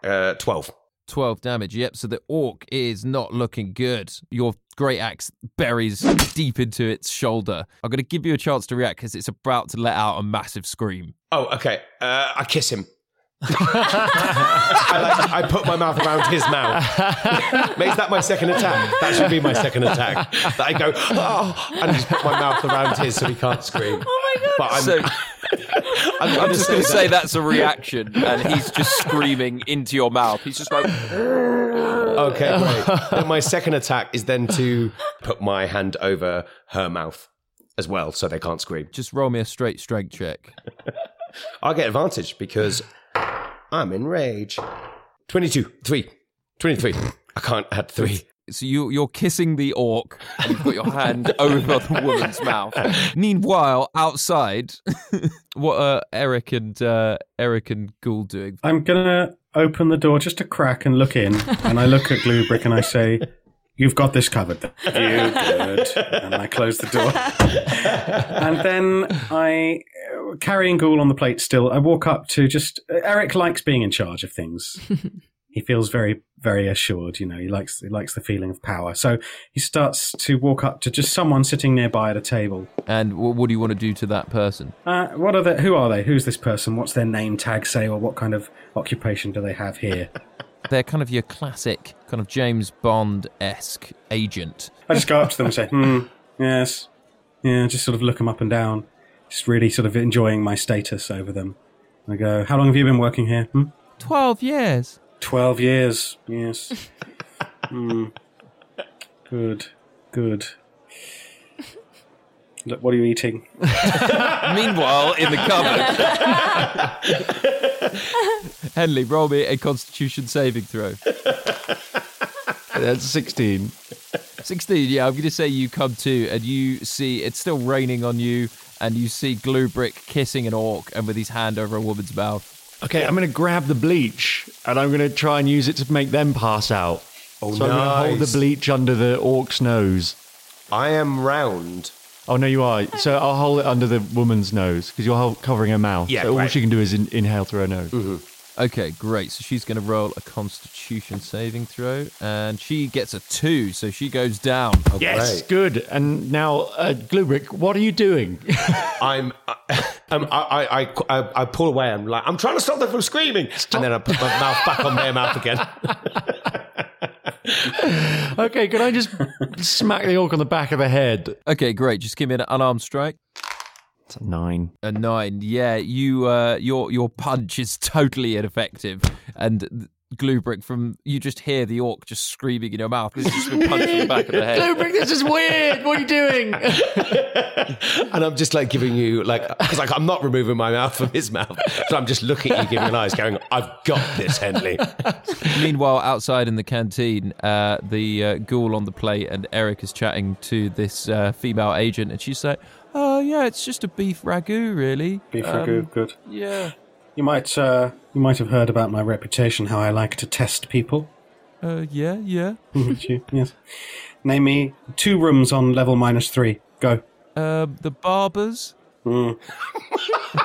Uh, 12.
12 damage. Yep. So the orc is not looking good. Your great axe buries deep into its shoulder. I'm going to give you a chance to react because it's about to let out a massive scream.
Oh, okay. Uh, I kiss him. I, like- I put my mouth around his mouth. Makes that my second attack. That should be my second attack. That I go, oh, and just put my mouth around his so he can't scream. Oh my god! But I'm,
So-
I'm,
I'm just going to say
that.
that's a reaction, and he's just screaming into your mouth. He's just like,
Okay, great. then my second attack is then to put my hand over her mouth as well, so they can't scream.
just roll me a straight strength check.
I get advantage because I'm in rage. 22, 3, 23. I can't add 3.
So you, you're kissing the orc, and you've got your hand over the woman's mouth. Meanwhile, outside, what are Eric and uh, Eric and Ghoul doing?
I'm gonna open the door just a crack and look in, and I look at Gluebrick and I say, "You've got this covered. You good." And I close the door. and then I, uh, carrying Ghoul on the plate still, I walk up to just uh, Eric likes being in charge of things. he feels very, very assured. You know, he likes he likes the feeling of power. So he starts to walk up to just someone sitting nearby at a table.
And wh- what do you want to do to that person?
Uh, what are the? Who are they? Who's this person? What's their name tag say, or what kind of occupation do they have here?
they're kind of your classic kind of James Bond esque agent.
I just go up to them and say, hmm, yes. Yeah, just sort of look them up and down. Just really sort of enjoying my status over them. I go, how long have you been working here? Hmm?
Twelve years.
Twelve years, yes. Hmm. Good, good. Look, what are you eating?
Meanwhile, in the cupboard. Henley, roll me a Constitution saving throw.
That's sixteen.
16, yeah, I'm going to say you come to and you see it's still raining on you, and you see Gluebrick kissing an orc and with his hand over a woman's mouth.
Okay, I'm going to grab the bleach and I'm going to try and use it to make them pass out. Oh, so I'm going to hold
nice.
the bleach under the orc's nose.
I am round.
Oh no, you are. So I'll hold it under the woman's nose because you're hol- covering her mouth.
Yeah,
so all
right. Mm-hmm.
she can do is in- inhale through her nose.
Okay, great. So she's going to roll a Constitution saving throw, and she gets a two, so she goes down. Oh,
Yes,
Oh, Great.
good. And now, uh, Glubrick, what are you doing?
I'm, I, um, I, I, I, I- I pull away. I'm like, I'm trying to stop them from screaming. And then I put my mouth back on their mouth again.
okay, can I just smack the orc on the back of the head?
Okay, great. Just give me an unarmed strike.
It's a nine.
a nine. Yeah, you uh, your your punch is totally ineffective, and th- Gluebrick from you just hear the orc just screaming in your mouth because he's just been punched in the back of the head.
Gluebrick, this is weird. What are you doing?
and I'm just like giving you like because like I'm not removing my mouth from his mouth, so I'm just looking at you, giving eyes, going, "I've got this, Henley."
Meanwhile, outside in the canteen, uh, the uh, ghoul on the plate and Eric is chatting to this uh, female agent, and she's like, "Oh yeah, it's just a beef ragu, really.
Beef
Um,
ragu, good.
Yeah.
You might uh, you might have heard about my reputation, how I like to test people.
Uh, yeah, yeah.
Would you? yes. Name me two rooms on level minus three. Go.
Um, the barbers
Mm.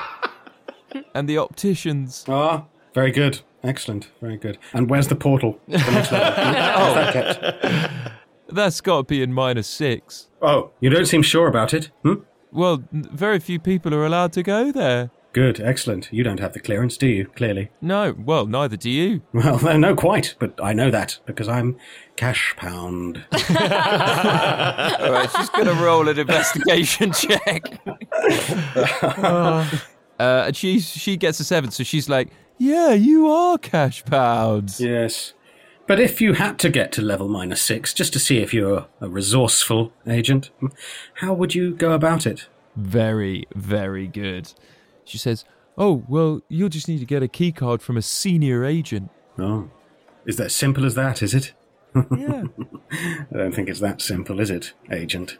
and the opticians.
Ah, very good. Excellent. Very good. And where's the portal? The next level.
Oh.
Where's that kept?
That's got to be in minus six.
Oh, you don't seem sure about it. Hmm?
Well, n- very few people are allowed to go there.
Good. Excellent. You don't have the clearance, do you? Clearly.
No, well, neither do you.
Well, no, no, quite. But I know that because I'm cash pound.
All right, she's going to roll an investigation check. uh, and she she gets a seven, so she's like, "Yeah, you are cash pounds."
Yes. But if you had to get to level minus six, just to see if you're a resourceful agent, hmm, how would you go about it?
Very, very good. She says, "Oh, well, you'll just need to get a key card from a senior agent."
Oh. Is that simple as that, is it?
Yeah.
I don't think it's that simple, is it, agent?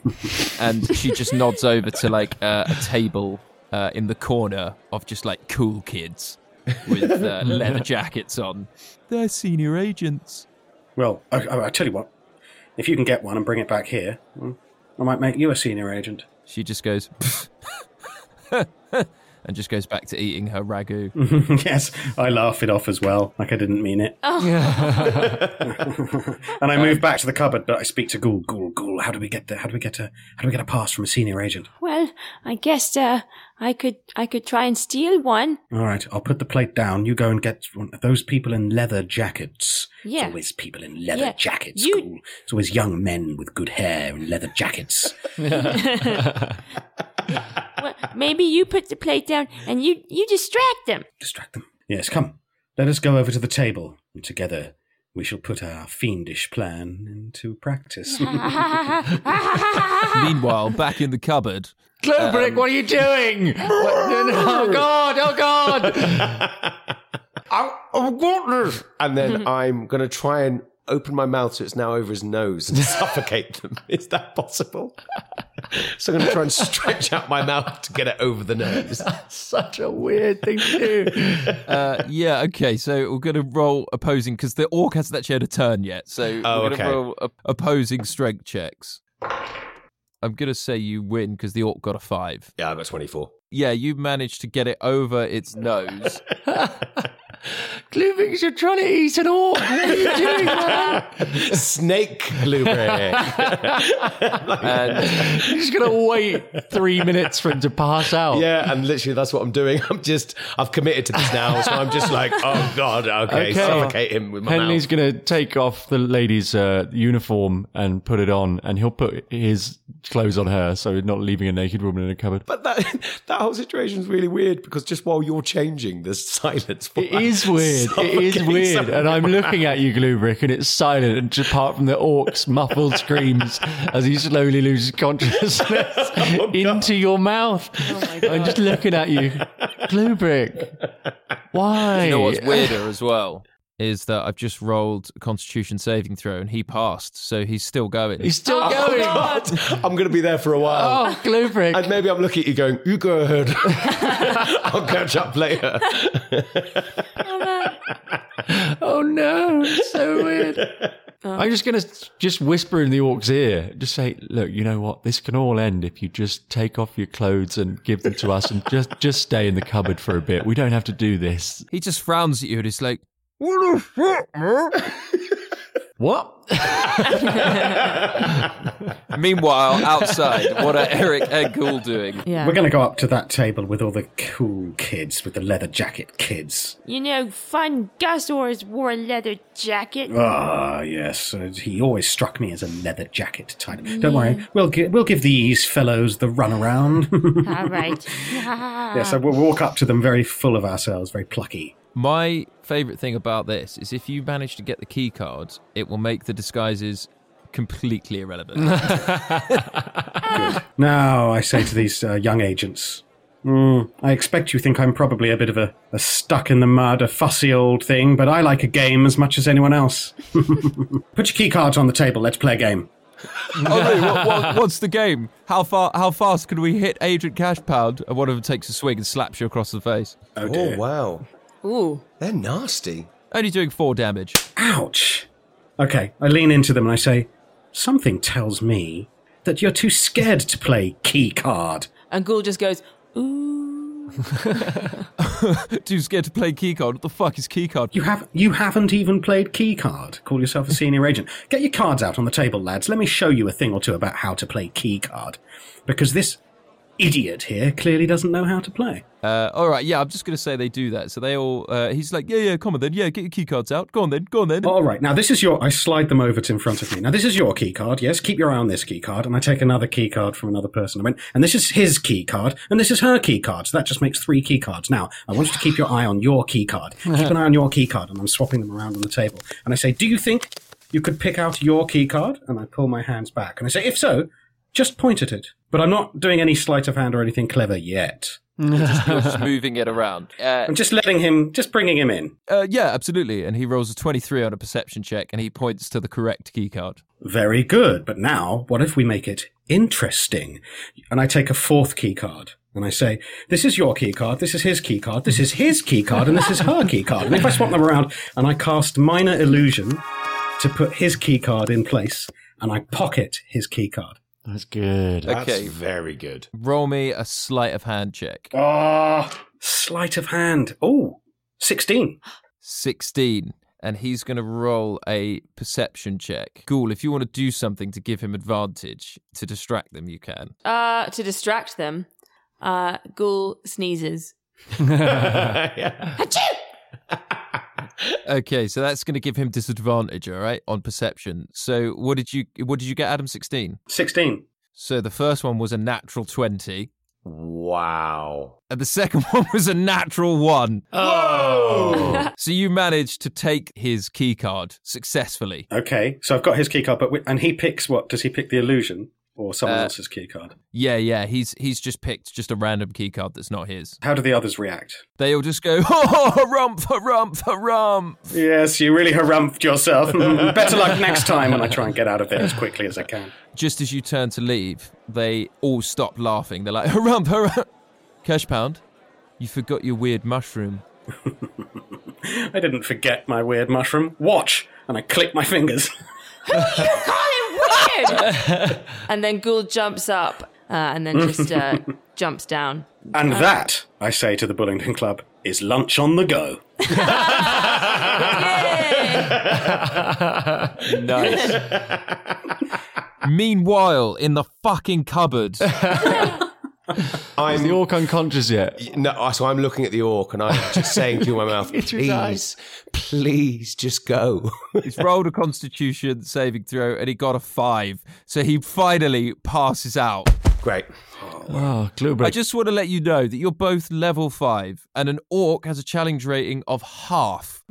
and she just nods over to like uh, a table uh, in the corner of just like cool kids with uh, leather jackets on. They're senior agents.
Well, I, I, I tell you what. If you can get one and bring it back here, I might make you a senior agent.
She just goes and just goes back to eating her ragu.
yes, I laugh it off as well, like I didn't mean it.
Oh.
and I move back to the cupboard, but I speak to Ghoul, Ghoul, Ghoul. How do we get there? How do we get a how do we get a pass from a senior agent?
Well, I guess uh, I could I could try and steal one.
All right, I'll put the plate down. You go and get one of those people in leather jackets.
Yeah.
It's always people in leather
Yeah.
jackets.
You-
Ghoul. It's always young men with good hair and leather jackets.
Well, maybe you put the plate down and you you distract them.
Distract them. Yes, come. Let us go over to the table, and together we shall put our fiendish plan into practice.
Meanwhile, back in the cupboard, um,
Gluebrick, what are you doing? What- oh God! Oh God!
I, I've got this. Oh, And then I'm going to try and open my mouth so it's now over his nose and suffocate them. Is that possible? so I'm going to try and stretch out my mouth to get it over the nose.
Such a weird thing to do.
uh, yeah, okay. So we're gonna roll opposing because the orc hasn't actually had a turn yet. So
Oh,
we're gonna
okay.
roll op- opposing strength checks. I'm gonna say you win because the orc got a five.
Yeah, I got 24.
yeah, you managed to get it over its nose.
Gluebrick, you're trying to eat an orc. What are you doing, man?
Snake Gluebrick.
and
You're just gonna wait three minutes for him to pass out.
yeah, and literally that's what I'm doing. I'm just, I've committed to this now. So I'm just like, oh God, okay,
Okay.
suffocate him with my
Henley's
mouth.
going to take off the lady's uh, uniform and put it on, and he'll put his clothes on her, so he's not leaving a naked woman in a cupboard.
But that that whole situation is really weird because just while you're changing, there's silence.
It is weird. It is weird. And I'm looking at you, Glubrick, and it's silent, and just apart from the orc's muffled screams as he slowly loses consciousness
Oh,
into your mouth. I'm just looking at you, Glubrick. Why?
you know what's weirder as well is that I've just rolled a Constitution saving throw and he passed, so he's still going.
He's still
Oh,
going.
I'm going to be there for a while.
Oh, Glubrick.
And maybe I'm looking at you going, you go ahead. I'll catch up later.
Oh no, it's so weird. I'm just gonna just whisper in the orc's ear. Just say, look, you know what? This can all end if you just take off your clothes and give them to us, and just just stay in the cupboard for a bit. We don't have to do this.
he just frowns at you and he's like,
What?
Meanwhile, outside, what are Eric and Ghoul doing?
Yeah.
We're going to go up to that table with all the cool kids, with the leather jacket kids.
You know, fun Gus always wore a leather jacket.
Ah, yes. uh, He always struck me as a leather jacket type. Don't worry, we'll gi- we'll give these fellows the runaround.
All right.
yes, yeah, so we'll walk up to them very full of ourselves, very plucky.
My favorite thing about this is if you manage to get the key cards, it will make the disguises completely irrelevant.
Now I say to these uh, young agents, "Mm, I expect you think I'm probably a bit of a, a stuck in the mud, a fussy old thing, but I like a game as much as anyone else. Put your key cards on the table. Let's play a game.
oh, no, what, what, what's the game? How far? How fast can we hit Agent Cash Pound? And one of them takes a swing and slaps you across the face.
Oh, oh wow!
Ooh,
they're nasty.
Only doing four damage.
Ouch. Okay, I lean into them and I say, Something tells me that you're too scared to play key card.
And Ghoul just goes, ooh.
Too scared to play keycard. What the fuck is keycard?
You have you haven't even played key card. Call yourself a senior agent. Get your cards out on the table, lads. Let me show you a thing or two about how to play key card. Because this idiot here clearly doesn't know how to play.
Uh, all right, yeah, I'm just gonna say they do that. So they all. Uh, he's like, yeah, yeah, come on then, yeah, get your key cards out. Go on then, go on then.
All right, now this is your. I slide them over to in front of me. Now this is your key card. Yes, keep your eye on this key card. And I take another key card from another person. I went, and this is his key card, and this is her key card. So that just makes three key cards. Now I want you to keep your eye on your key card. Keep an eye on your key card, and I'm swapping them around on the table. And I say, do you think you could pick out your key card? And I pull my hands back, and I say, if so, just point at it. But I'm not doing any sleight of hand or anything clever yet.
You're just, you're just moving it around. Uh,
I'm just letting him, just bringing him in.
uh, yeah, absolutely. And he rolls a 23 on a perception check, and he points to the correct key card.
Very good. But now, what if we make it interesting? And I take a fourth key card and I say, this is your key card, this is his key card, this is his key card, and this is her key card. And if I swap them around and I cast minor illusion to put his key card in place and I pocket his key card.
That's good.
That's
Okay.
very good.
Roll me a sleight of hand check.
Ah, sleight of hand. Oh, 16.
16. And he's going to roll a perception check. Ghoul, if you want to do something to give him advantage to distract them, you can.
Uh, to distract them, uh, Ghoul sneezes. Achoo!
Okay, so that's going to give him disadvantage, all right, on perception. So what did you what did you get, Adam? 16.
16.
So the first one was a natural 20,
Wow.
and the second one was a natural 1.
Oh.
So you managed to take his key card successfully.
Okay, so I've got his keycard, but wi- and he picks what? Does he pick the illusion or someone
Uh,
else's keycard?
Yeah, yeah, he's he's just picked just a random key card that's not his.
How do the others react?
They all just go, oh, harumph, harumph, harumph.
Yes, you really harumphed yourself. Mm, Better luck next time, and I try and get out of it as quickly as I can.
Just as you turn to leave, they all stop laughing. They're like, harumph, harumph. Cash Pound, you forgot your weird mushroom.
I didn't forget my weird mushroom. Watch, and I click my fingers.
Call him weird! and then Ghoul jumps up uh, and then just uh, jumps down. Uh,
And that, I say to the Bullingdon Club, is lunch on the go.
Nice. Meanwhile, in the fucking cupboard,
Is the
I'm
orc unconscious yet?
no, so I'm looking at the orc and I'm just saying to my mouth, please, please, just go.
he's rolled a constitution saving throw and he got a five. So he finally passes out.
Great.
Oh, Gloobrick.
I just want to let you know that you're both level five and an orc has a challenge rating of half.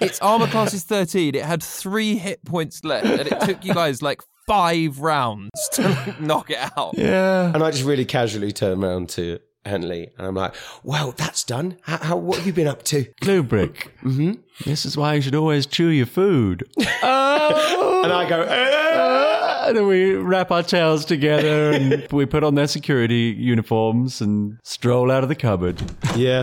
its armor class is 13. It had three hit points left and it took you guys like five rounds to like, knock it out.
yeah.
And I just really casually turn around to Henley and I'm like, well, that's done. How, how what have you been up to?
Gloobrick. mm-hmm. This is why you should always chew your food. oh!
And I go, "Ah."
And then we wrap our tails together and we put on their security uniforms and stroll out of the cupboard.
yeah.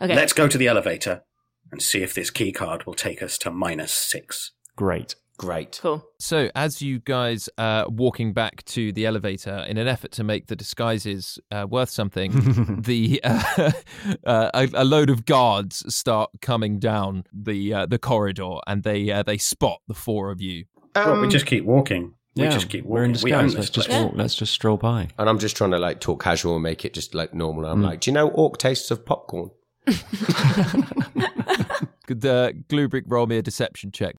Okay.
Let's go to the elevator and see if this keycard will take us to minus six.
Great.
Great.
Cool.
So, as you guys are walking back to the elevator in an effort to make the disguises uh, worth something, the uh, uh, a, a load of guards start coming down the uh, the corridor, and they uh, they spot the four of you.
well, we just keep walking.
Um, yeah,
we just keep
we're in
walking. We own
disguise.
this
Let's just
place.
walk. Let's just stroll by.
And I'm just trying to like talk casual and make it just like normal.
Mm.
I'm like, do you know orc tastes of popcorn?
Could uh, Glubrick roll me a deception check?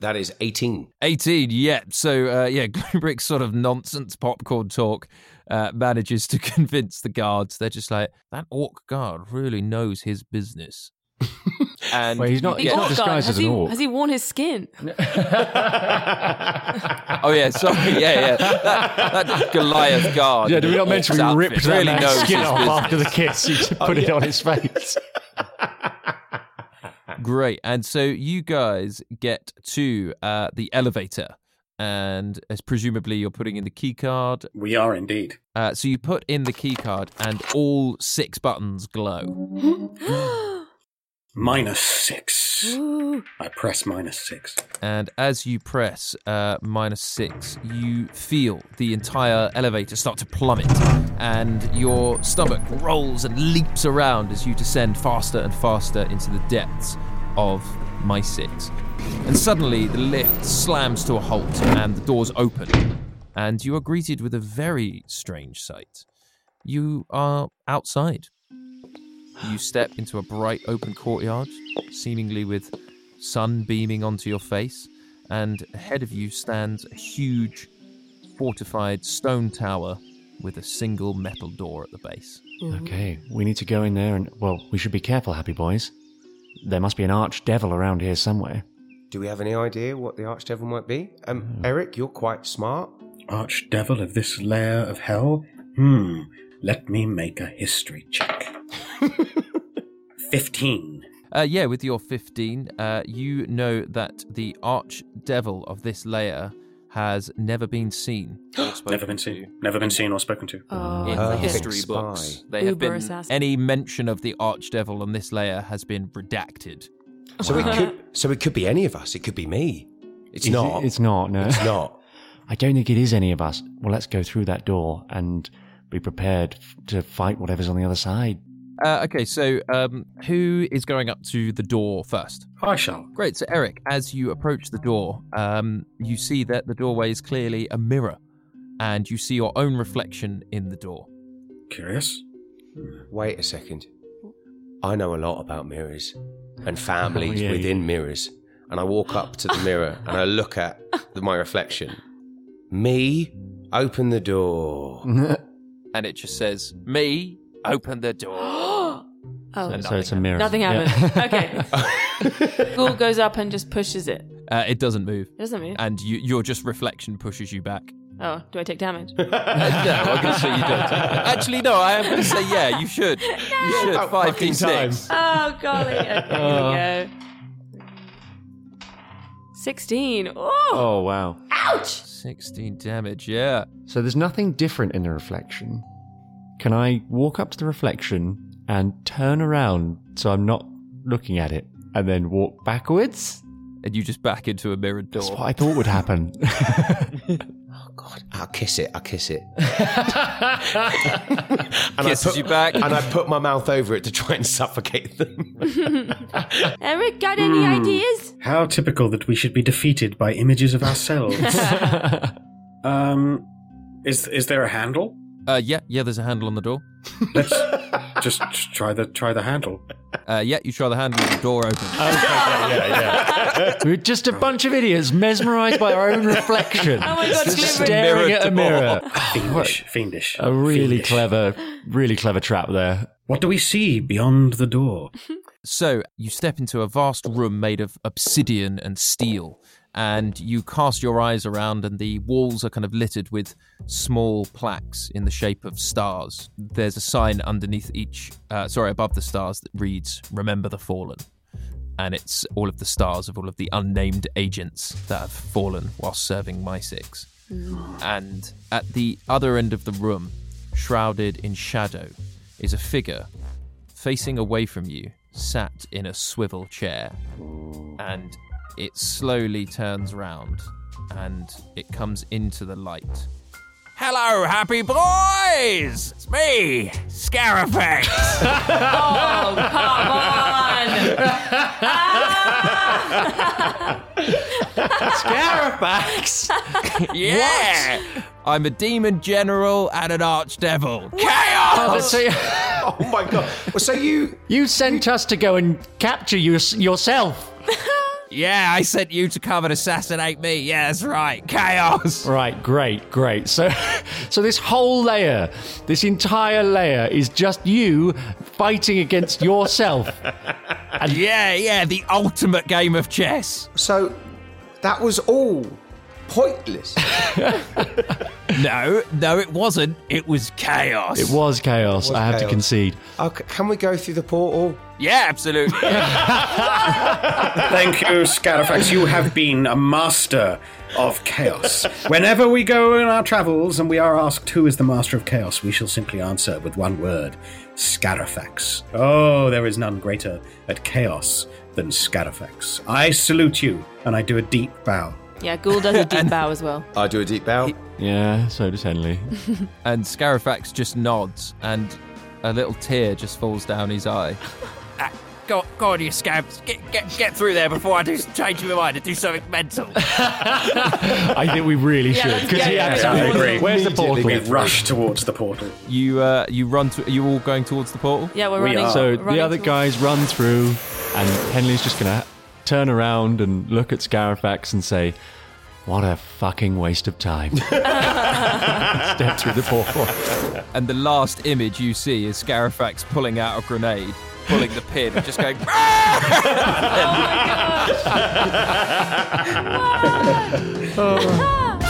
That is 18.
18, yeah. So, uh, yeah, Glubrick's sort of nonsense popcorn talk uh, manages to convince the guards. They're just like, that orc guard really knows his business. and
Well, he's not-
yeah.
not disguised
Oh has
as an
he,
orc.
Has he worn his skin?
Oh, yeah, sorry. Yeah, yeah. That, that Goliath guard.
Yeah, do we not
orc's
mention we
outfit
ripped that man's
knows
skin
his
off
business.
after the kiss? He just
Oh,
put it
yeah.
on his face.
Great. And so you guys get to uh, the elevator, and as presumably you're putting in the key card.
We are indeed.
Uh, so you put in the key card, and all six buttons glow.
Minus six. I press minus six.
And as you press uh, minus six, you feel the entire elevator start to plummet, and your stomach rolls and leaps around as you descend faster and faster into the depths of my six. And suddenly, the lift slams to a halt, and the doors open, and you are greeted with a very strange sight. You are outside. You step into a bright open courtyard, seemingly with sun beaming onto your face, and ahead of you stands a huge fortified stone tower with a single metal door at the base.
Okay, we need to go in there and, well, we should be careful, happy boys. There must be an arch devil around here somewhere.
Do we have any idea what the Archdevil might be? Um,
Mm.
Eric, you're quite smart.
Archdevil of this lair of hell? Hmm. Let me make a history check. 15.
Uh, yeah, with your 15, uh, you know that the arch devil of this layer has never been seen.
Never been seen. Never been seen or spoken to.
in
Oh.
history
Perfect
books.
spy.
They have
Uber
been,
assassin.
any mention of the Archdevil on this layer has been redacted.
So it could, so it could be any of us. It could be me. It's
Is
not.
it- It's not, no.
It's not.
I don't think it is any of us. Well, let's go through that door and be prepared f- to fight whatever's on the other side.
Uh, okay, so um, who is going up to the door first?
I shall.
Great. So, Eric, as you approach the door, um, you see that the doorway is clearly a mirror, and you see your own reflection in the door.
Curious?
Wait a second. I know a lot about mirrors and families
Oh, yeah,
within mirrors. And I walk up to the mirror and I look at the, my reflection. Me, open the door.
And it just says, Me, open the door.
Oh,
So it's a
mirror.
nothing happened. Okay. Ghoul goes up and just pushes it.
Uh, it doesn't move.
It doesn't move.
And you, your just reflection pushes you back.
Oh, do I take damage?
no, I'm going to say you don't. Actually, no, I am going to say, yeah, you should. You should.
About
5d6.
Oh golly! Okay,
Uh,
here we go. Sixteen. Oh,
Oh, wow.
ouch!
16 damage, yeah.
So there's nothing different in the reflection. Can I walk up to the reflection and turn around so I'm not looking at it and then walk backwards?
And you just back into a mirrored door.
That's what I thought would happen.
I'll kiss it. I'll kiss it. and
Kisses
I put,
you back.
And I put my mouth over it to try and suffocate them.
Eric, got any
Hmm.
ideas?
How typical that we should be defeated by images of ourselves. um, is is there a handle?
Uh, yeah, yeah. There's a handle on the door.
Let's just try the try the handle.
Uh, yeah, you try the handle, the door opens.
We're just a bunch of idiots mesmerized by our own reflection.
Oh my God,
Just
Glimmer.
staring at a mirror.
Uh, Fiendish, fiendish.
A really
fiendish.
clever, really clever trap there.
What do we see beyond the door?
So you step into a vast room made of obsidian and steel, and you cast your eyes around, and the walls are kind of littered with small plaques in the shape of stars. There's a sign underneath each, uh, sorry, above the stars that reads "Remember the Fallen," and it's all of the stars of all of the unnamed agents that have fallen while serving my six. And at the other end of the room, shrouded in shadow, is a figure facing away from you, sat in a swivel chair. And it slowly turns round and it comes into the light. Hello, happy boys! It's me, Scarafax!
Oh, come on!
Scarafax!
yeah! I'm a demon general and an archdevil. Chaos!
so
oh my god! Well, so you
you sent us to go and capture you, yourself.
Yeah, I sent you to come and assassinate me. Yeah, that's right. Chaos.
Right, great, great. So, so this whole layer, this entire layer, is just you fighting against yourself.
yeah, yeah, the ultimate game of chess.
So that was all pointless.
no, no, it wasn't. It was chaos.
It was chaos. I have to
chaos.
concede.
Okay, can we go through the portal?
Yeah, absolutely.
Thank you, Scarafax. You have been a master of chaos. Whenever we go on our travels and we are asked who is the master of chaos, we shall simply answer with one word Scarafax. Oh, there is none greater at chaos than Scarafax. I salute you and I do a deep bow.
Yeah, Ghoul does a deep bow as well.
I do a deep bow.
Yeah, so does Henley.
and Scarafax just nods, and a little tear just falls down his eye. go, go on, you scabs. Get, get, get through there before I do change my mind and do something mental.
I think we really
Yeah,
should.
let's
'cause
get
he
it.
absolutely-
Yeah, I agree.
Where's the
Immediately
portal?
We rush towards the portal.
you, uh, you run. To, are you all going towards the portal?
Yeah, we're
We
running.
are.
So
running
the other
towards-
guys run through, and Henley's just gonna turn around and look at Scarafax and say, "What a fucking waste of time." Step through the portal.
And the last image you see is Scarafax pulling out a grenade, pulling the pin, and just going. Oh Oh.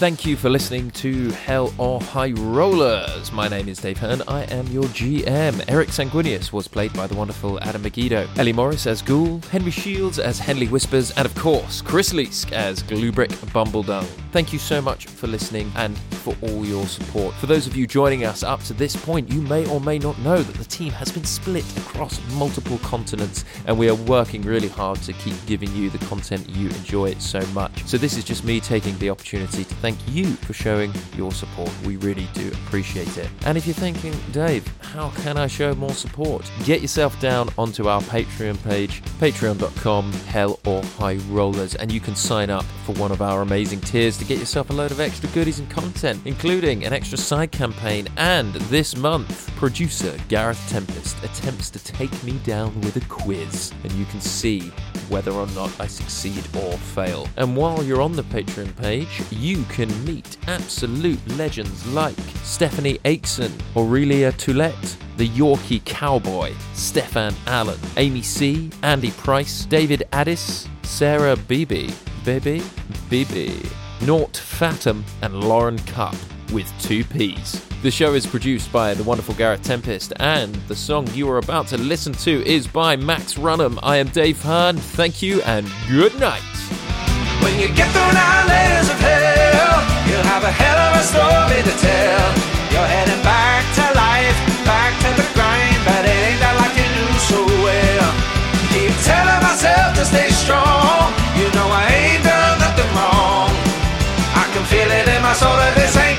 Thank you for listening to Hell or High Rollers. My name is Dave Hearn. I am your GM. Eric Sanguinius was played by the wonderful Adam Megiddo. Ellie Morris as Ghoul, Henry Shields as Henley Whispers, and of course, Chris Leask as Glubrick Bumbledung. Thank you so much for listening and for all your support. For those of you joining us up to this point, you may or may not know that the team has been split across multiple continents, and we are working really hard to keep giving you the content you enjoy so much. So this is just me taking the opportunity to thank you for showing your support. We really do appreciate it. And if you're thinking, Dave, how can I show more support? Get yourself down onto our Patreon page, patreon.com, hell or high rollers, and you can sign up for one of our amazing tiers to get yourself a load of extra goodies and content, including an extra side campaign. And this month, producer Gareth Tempest attempts to take me down with a quiz, and you can see whether or not I succeed or fail. And while you're on the Patreon page, you can meet absolute legends like Stephanie Aitson, Aurelia Toulette, the Yorkie Cowboy, Stefan Allen, Amy C, Andy Price, David Addis, Sarah Beebe, Bebe, Bebe, Nort Fatum, and Lauren Cup with two P's. The show is produced by the wonderful Garrett Tempest, and the song you are about to listen to is by Max Runham. I am Dave Hearn. Thank you and good night.
When you get through nine layers of hell, you'll have a hell of a story to tell. You're heading back to life, back to the grind, but it ain't that like you knew so well. Keep telling myself to stay strong. You know I ain't done nothing wrong. I can feel it in my soul that this ain't